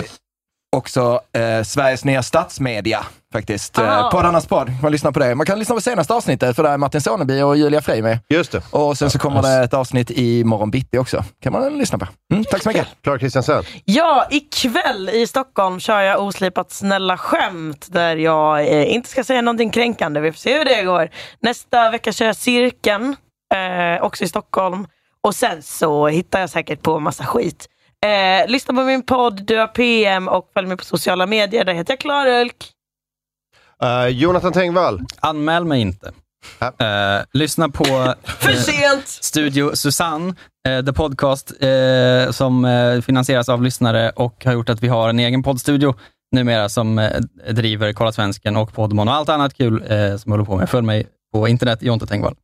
S7: också eh, Sveriges nya statsmedia, faktiskt. Eh,
S4: Ah.
S7: poddarnas podd, man lyssnar på det. Man kan lyssna på senaste avsnittet, för där är Martin Soneby och Julia Frey med.
S1: Just det.
S7: Och sen så kommer det ett avsnitt i morgon bitti också. kan man lyssna på. Mm, tack så mycket.
S1: Klara Kristiansen.
S3: Ja, ikväll i Stockholm kör jag oslipat snälla skämt där jag eh, inte ska säga någonting kränkande. Vi får se hur det går. Nästa vecka kör jag cirkeln, eh, också i Stockholm. Och sen så hittar jag säkert på massa skit. Eh, lyssna på min podd Döa PM och följ mig på sociala medier. Där heter jag Klarulk.
S1: Eh, Jonathan Tengvall.
S5: Anmäl mig inte. Eh, lyssna på
S3: För sent!
S5: Studio Susanne, eh, the podcast eh, som eh, finansieras av lyssnare och har gjort att vi har en egen poddstudio numera som eh, driver Kolla Svensken och Podmon och allt annat kul eh, som jag håller på med. Följ mig på internet, Jonte Tengvall.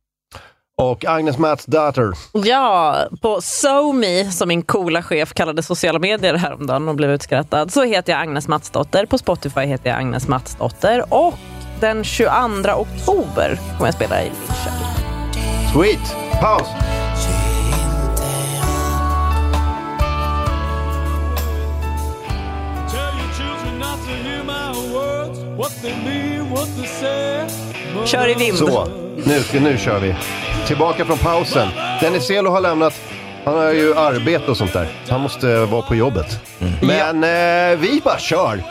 S1: Och Agnes Mats Datter.
S4: Ja, på SoMe, som min coola chef kallade sociala medier häromdagen och blev utskrattad, så heter jag Agnes Matsdotter. På Spotify heter jag Agnes Matsdotter och den 22 oktober kommer jag spela i Linköping.
S1: Sweet. Paus.
S12: Tell your children not to hear my words, what they mean, what they say.
S4: Kör i vind.
S1: Så, nu, ska- nu kör vi. Tillbaka från pausen. Dennis Selo har lämnat. Han har ju arbete och sånt där. Han måste eh, vara på jobbet.
S13: Mm.
S1: Men eh, vi bara kör.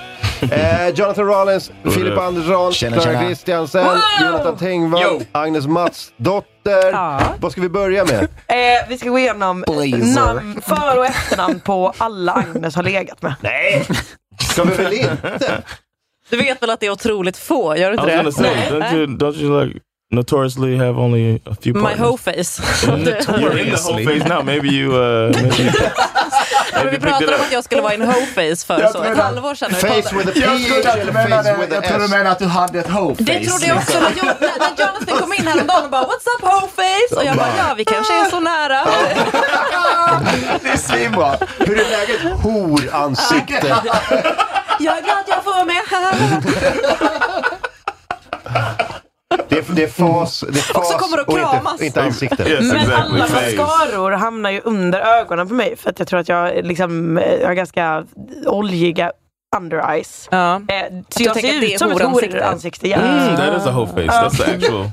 S1: eh, Jonathan Rollins, Filip Andersson,
S7: Tjena,
S1: Clara
S7: tjena.
S1: Kristiansen, Jonathan Tengvall, Agnes Matsdotter. Vad ska vi börja med?
S3: Eh, vi ska gå igenom
S7: Blazer.
S3: namn, för och efternamn på alla Agnes har legat med.
S1: Nej! Ska vi väl inte?
S4: Du vet väl att det är otroligt få, gör du
S2: I
S4: inte
S2: was
S4: det?
S1: Alltså,
S2: gonna say, don't you don't you like notoriously have only a few
S4: My
S2: partners?
S4: whole face.
S1: Mm.
S2: You're in the whole phase now. Maybe you. Uh, maybe you maybe you
S4: Vi
S2: picked it
S4: pratade om
S2: up.
S4: att jag skulle vara in whole face för
S13: Jag
S4: så
S13: tror
S4: ett
S13: det.
S4: halvår sedan. när vi
S1: Face
S4: pratade.
S1: with a
S13: Jag trodde att
S1: PH
S13: du
S1: eller face
S13: menade,
S1: with
S13: jag
S1: a
S13: trodde du
S1: S?
S13: menade att du hade ett whole face.
S4: Det trodde jag också när, Jo- när när Jonathan kom in häromdagen och bara “What's up whole face?” och jag bara “Ja, vi kanske är så nära”.
S13: Det är svinbra.
S1: Hur är läget? Horansikte.
S4: Jag är glad jag får vara med här.
S1: Det är, det är fas, det är fas
S4: Och så kommer du att kramas.
S1: inte, inte ansikte.
S2: Yes,
S3: Men
S2: exactly.
S3: alla
S2: Phase.
S3: mascaror hamnar ju under ögonen på mig för att jag tror att jag, liksom, eh, har ganska oljiga under eyes.
S4: Ja.
S3: Eh, så
S4: du
S3: jag
S4: tänker att
S3: ser
S4: det är
S3: ut som ett
S4: horansikte?
S3: horansikte. Ja.
S2: Mm, that is a whole face.
S4: Oh.
S2: That's the actual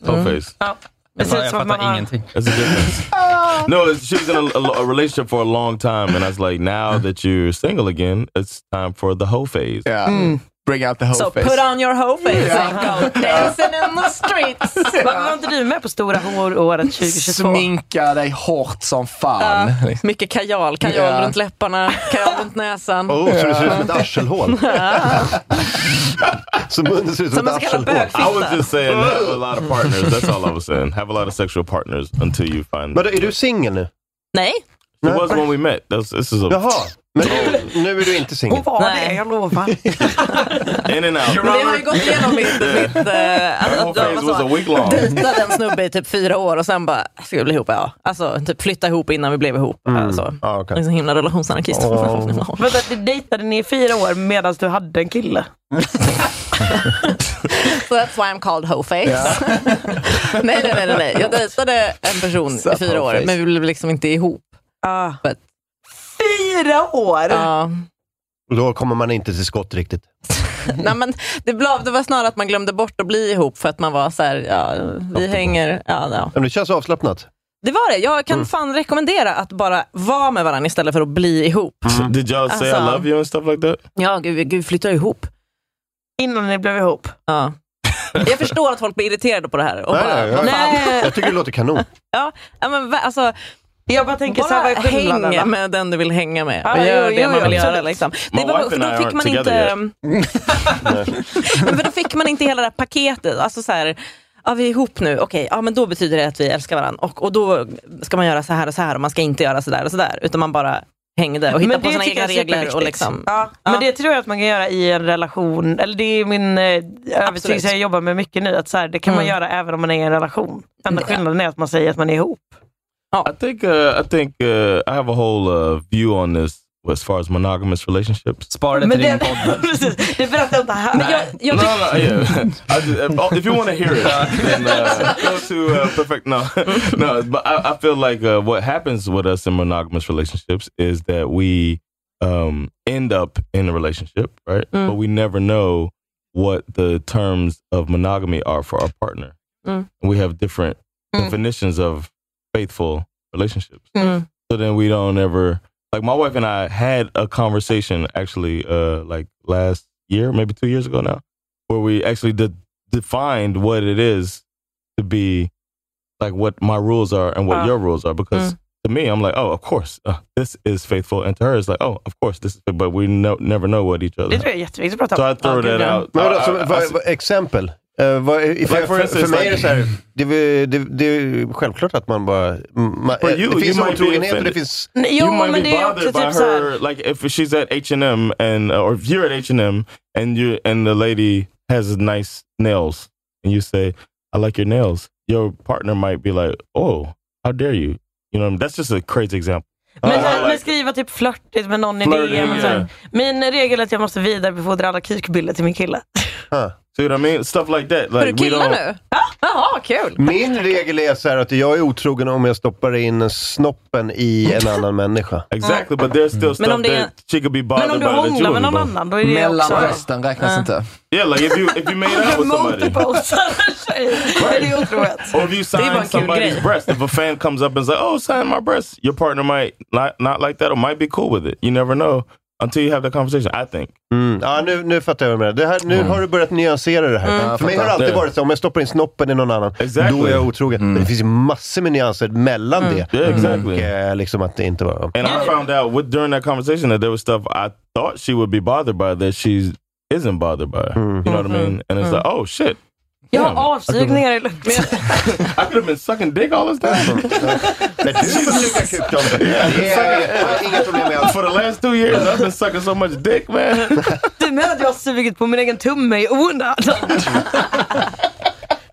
S4: Mm.
S2: whole face.
S3: Det ser ut
S5: Jag
S3: som att man
S5: fattar
S3: har
S5: ingenting.
S2: That's the difference.
S4: Mm.
S2: no, it's, she was in a, a- a relationship for a long time, and I was like,
S4: Mm.
S2: now that you're single again, it's time for the whole phase.
S13: Ja. Bring out the whole
S4: Mm. So
S13: face.
S4: put on your whole face and go dancing in the streets.
S3: Varför var inte du med på Stora håråret 2022?
S13: Sminka dig hårt som fan. Liksom.
S4: Mycket kajal, kajal
S13: Ja.
S4: runt läpparna, kajal runt näsan.
S1: Oh, så det ser ut som ett arselhål. så munnen ser ut som
S4: Som
S1: ett
S4: en så kallad
S1: arselhål.
S2: I was
S4: bögfitta.
S2: just saying, have a lot of partners. That's all I was saying. Have a lot of sexual partners until you find.
S1: Men är du singel nu?
S4: Nej,
S2: it was when we met. That's, this is a
S1: Jaha. Men nu, nu är du inte
S3: Hon
S1: singel.
S3: var
S4: Nej.
S3: det, jag lovar.
S2: in and out.
S4: men vi har ju gått igenom mitt... mitt eh, att,
S2: whole
S4: att,
S2: phase
S4: att,
S2: was a
S4: så,
S2: week long.
S4: dejtade en snubbe i typ fyra år och sen bara, ska vi bli ihop? Ja. Alltså typ flytta ihop innan vi blev ihop. Alltså.
S1: Mm. Ja, okej.
S4: Liksom himla relationsanarkist.
S3: Vänta, du dejtade ni i fyra år medan du hade en kille?
S4: Mm. So that's why I'm called hoeface. nej, nej, nej, nej, nej. Jag dejtade en person i fyra år,
S13: hoeface.
S4: men vi blev liksom inte ihop.
S3: Ah.
S4: But-
S3: Fyra år?
S4: Ja.
S1: Då kommer man inte till skott riktigt.
S4: nej, men det, blev, det var snarare att man glömde bort att bli ihop för att man var så här, ja, vi hänger. Ja, ja.
S1: Men det känns avslappnat.
S4: Det var det. Jag kan
S2: Mm.
S4: fan rekommendera att bara vara med varandra istället för att bli ihop.
S2: So Did y'all say I
S4: Awesome.
S2: love you and stuff like that?
S4: Ja, gud, vi- gud flytta ihop.
S3: Innan ni blev ihop?
S4: Ja. Jag förstår att folk blir irriterade på det här. Och
S1: Nej,
S4: bara,
S1: nej, jag,
S4: nej.
S1: jag tycker det låter kanon.
S4: Ja, ja, men, va- alltså,
S3: Jag bara tänker så här, vad
S4: bara
S3: är skillnaden?
S4: hänga med den du vill hänga med och
S3: Ah,
S4: gör
S3: jo,
S4: det
S3: jo,
S4: man
S3: jo,
S4: vill göra.
S3: absolut.
S4: Liksom.
S2: My
S4: Det var,
S2: wife
S4: för
S2: and I
S4: då fick
S2: aren't
S4: man
S2: together
S4: inte... men för då fick man inte hela det här paketet. Alltså så här, ja, vi är ihop nu, okej, ja, men då betyder det att vi älskar varandra. Och, och då ska man göra så här och så här och man ska inte göra så där och så där. Utan man bara hängde och hittade på sina
S3: tycker
S4: egna
S3: jag är
S4: regler. Och
S3: superviktigt.
S4: liksom,
S3: ja, Men det tror jag att man kan göra i en relation. Eller det är min eh, övertygelse jag jobbar med mycket nu. Att så här, det kan man
S4: Mm.
S3: göra även om man är i en relation. Enda skillnaden är att man säger att man är ihop.
S2: I think uh, I think uh, I have a whole uh, view on this as far as monogamous relationships.
S5: Spara det till din podd.
S3: precis, det berättar jag inte här. Men jag,
S4: jag
S2: no, no, yeah. I just, if, oh, if you want to hear it, then uh, go to uh, perfect. No, no, but I, I feel like uh, what happens with us in monogamous relationships is that we um, end up in a relationship, right? But we never know what the terms of monogamy are for our partner.
S4: Mm.
S2: We have different
S3: Mm.
S2: definitions of faithful relationships.
S4: Mm.
S2: So then we don't ever like my wife and I had a conversation actually uh like last year, maybe two years ago now, where we actually de- defined what it is to be like what my rules are and what
S3: Ah.
S2: your rules are because to me I'm like oh of course uh, this is faithful and to her it's like oh of course this is but we no- never know what each other
S3: det tror jag är jätteviktigt att
S2: so
S3: prata
S2: I
S3: om.
S2: throw that out
S1: Men
S2: I-
S1: vadå,
S2: I-
S1: så,
S2: I-
S1: vad, vad, exempel? Eh, vad, i- för,
S2: Like, for
S1: för, för
S2: instance,
S1: mig är det
S2: like-
S1: så här, det, är- det, det är självklart att man bara... Man,
S2: For you,
S1: det
S2: you
S1: finns
S2: might be
S1: otrogenhet och det
S2: offended.
S1: finns...
S3: Nej,
S2: you
S3: Jo,
S2: might
S3: men
S2: be
S3: det är också
S2: bothered by
S3: typ så här.
S2: her like if she's at h&m and or if you're at h&m and you and the lady has nice nails and you say i like your nails your partner might be like oh how dare you you know what I mean? that's just a crazy example
S3: Men,
S2: Uh,
S3: så här, men
S2: like-
S3: skriva typ flörtigt med någon i
S2: Flirting,
S3: DM. och så
S2: yeah.
S3: här. Min regel är att jag måste vidarebefordra alla kukbilder till min kille.
S2: see what i mean stuff like that
S4: Har
S2: like
S4: du
S2: we
S4: killar
S2: don't
S4: nu? Jaha, kul.
S1: Min regel är så här att jag är otrogen om jag stoppar in snoppen i en annan människa.
S2: Exactly, but there's still
S3: Men om
S2: stuff
S3: det är-
S2: that she could be bothered
S3: Men om du
S2: by that you
S3: hånglar med
S2: wouldn't
S3: någon
S2: bother.
S3: annan, då är det också...
S13: Mellanrösten räknas
S3: Ja.
S13: inte.
S2: Yeah, like if you if you made out with somebody.
S3: Multiposar en tjej. Det är ju otroligt.
S2: Or if you
S3: Det är bara en
S2: sign
S3: kul
S2: somebody's
S3: grej.
S2: breast, if a fan comes up and says, "Oh, sign my breast," your partner might not not like that, or might be cool with it. You never know until you have that conversation. I think.
S1: Mm. Ja, nu, nu fattar jag vad du menar. Det här, nu har du börjat nyansera det här.
S2: Mm. Ja, jag
S1: För mig har det
S2: fattar.
S1: alltid
S2: Det.
S1: varit så, om jag stoppar in snoppen i någon annan,
S2: Exactly.
S1: då är jag otrogen.
S13: Mm.
S1: Men det finns ju massor med nyanser mellan
S2: Mm.
S1: det.
S2: Yeah, exactly.
S1: Och eh, liksom att det inte var...
S2: And I found out with during that conversation that there was stuff I thought she would be bothered by that she isn't bothered by. You know what I mean? And it's
S3: Mm.
S2: like, oh shit.
S3: Jag
S2: Damn,
S3: har
S2: I could've been-
S3: avsugningar i luften.
S2: I could have been sucking dick all this time.
S1: Men du får suga kuk, Tomte. Det är- jag har inga problem med alls.
S2: For the last two years, I've been sucking so much dick, man.
S3: Du menar att jag har sugit på min egen tumme i onödan?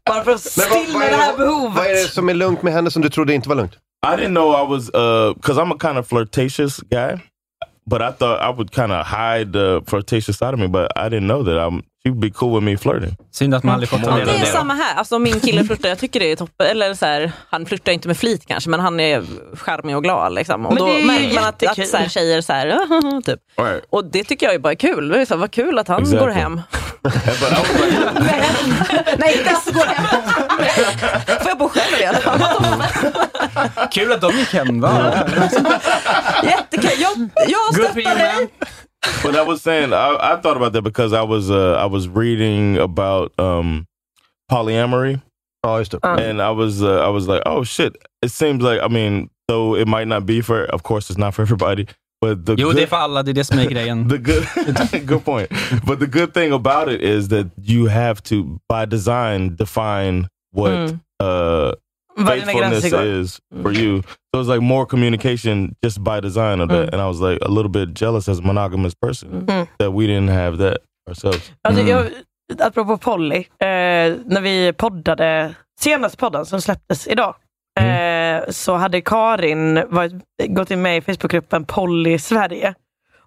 S3: Bara för att stilla det här
S1: Vad är det
S3: behovet.
S1: som är lugnt med henne som du trodde inte var lugnt?
S2: I didn't know I was because I'm a kind of flirtatious guy, but I thought I would kind of hide the flirtatious side of me. But I didn't know that I'm. She'd be cool with me flirting.
S5: Synd att man aldrig får ta
S4: Det
S5: del av
S4: är
S5: det. då.
S4: samma här. Alltså, om min kille flörtar, jag tycker det är toppen. Eller så här, han flörtar inte med flit kanske, men han är charmig och glad. Liksom. Och
S3: Men
S4: då
S3: det är ju
S4: märker man att,
S3: jättekul.
S4: att så här, tjejer så här, typ.
S2: Right.
S4: Och det tycker jag är bara kul. Det är så här, vad kul att han
S2: Exakt.
S4: går hem.
S2: But I was like,
S4: Nej, inte ens går hem. Får jag bo själv i alla fall?
S5: Kul att de gick hem va?
S4: Jättekul. Jag, jag
S5: Good for
S4: stöttar
S5: you,
S4: dig.
S5: man.
S2: but I was saying I, I thought about that because I was uh, I was reading about um, polyamory.
S1: Ja, just det.
S2: and I was uh, I was like, oh shit! It seems like I mean, though it might not be for, of course, it's not for everybody, but the
S5: Jo,
S2: good,
S5: det är för alla. Det är det som är grejen.
S2: the good good point. But the good thing about it is that you have to, by design, define what
S4: Mm.
S2: uh,
S3: Vad dina
S2: faithfulness
S3: gränser går.
S2: is for you. So it's like more communication just by design of that. And I was like a little bit jealous as a monogamous person
S3: Mm.
S2: that we didn't have that ourselves.
S3: Alltså, jag, apropå Polly, eh, när vi poddade, senaste podden som släpptes idag, eh, så hade Karin varit, gått in med i Facebookgruppen Polly Sverige.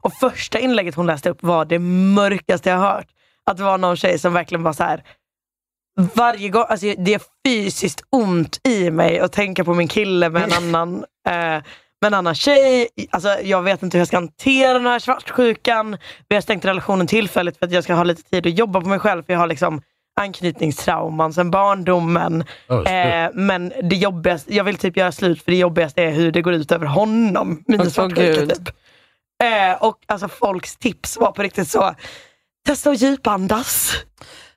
S3: Och första inlägget hon läste upp var det mörkaste jag har hört. Att det var någon tjej som verkligen var så här. Varje gång, alltså det är fysiskt ont i mig att tänka på min kille med en annan, eh, med en annan tjej. Alltså, jag vet inte hur jag ska hantera den här svartsjukan. Vi har stängt relationen tillfälligt för att jag ska ha lite tid att jobba på mig själv. För jag har liksom anknytningstrauman sen barndomen.
S2: Oh, shit.
S3: Eh, men det jobbigaste, jag vill typ göra slut för det jobbigaste är hur det går ut över honom. Mina
S4: Åh,
S3: svartsjuka
S4: gud.
S3: typ. Eh, och alltså folks tips var på riktigt så, testa att djupandas.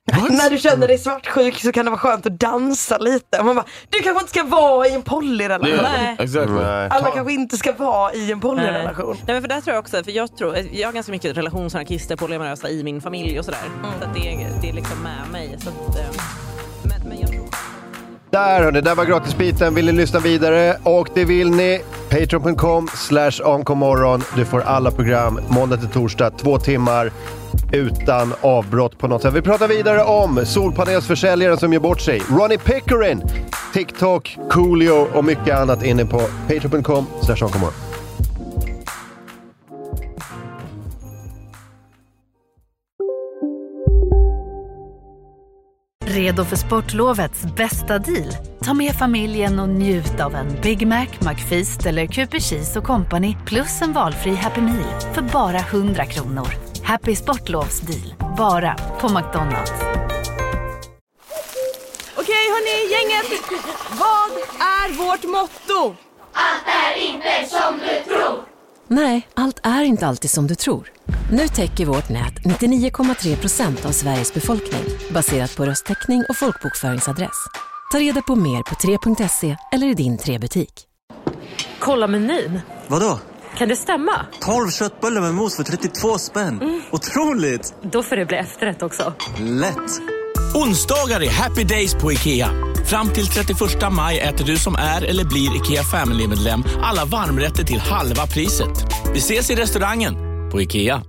S3: När du känner dig svartsjuk så kan det vara skönt att dansa lite. Och Man bara, du kanske inte ska vara i en polyrelation.
S4: Nej.
S2: Exactly.
S1: Nej.
S3: Alla kanske inte ska vara i en
S5: Eh.
S3: polyrelation.
S4: Nej, men för där tror jag också, för jag, tror, jag har ganska mycket relationsanarkister, polyamorösa i min familj och sådär. Så att det, är- det är liksom med mig. Så att, eh, men, men jag tror...
S1: Där hörni, där var gratisbiten. Vill ni lyssna vidare? Och det vill ni? Patreon.com slash amkomorron. Du får alla program måndag till torsdag, två timmar utan avbrott på något sätt. Vi pratar vidare om solpanelsförsäljaren som gör bort sig, Ronnie Pickering, TikTok, Coolio och mycket annat inne på patreon.com slash amkomorron.
S8: Redo för sportlovets bästa deal? Ta med familjen och njut av en Big Mac, McFeast eller Cooper Cheese och Company plus en valfri Happy Meal för bara 100 kronor. Happy Sportlovs deal, bara på McDonalds.
S4: Okej hörni, gänget! Vad är vårt motto?
S14: Nej, allt är inte alltid som du tror. Nu täcker vårt nät 99,3 procent av Sveriges befolkning baserat på röstteckning och folkbokföringsadress. Ta reda på mer på 3.se eller i din 3-butik.
S15: Kolla menyn.
S16: Vadå?
S15: Kan det stämma?
S16: 12 köttbullar med mos för 32 spänn. Otroligt!
S15: Mm. Då får det bli efterrätt också.
S16: Lätt!
S17: Onsdagar är happy days på IKEA. Fram till 31 maj äter du som är eller blir IKEA Family-medlem alla varmrätter till halva priset. Vi ses i restaurangen på IKEA.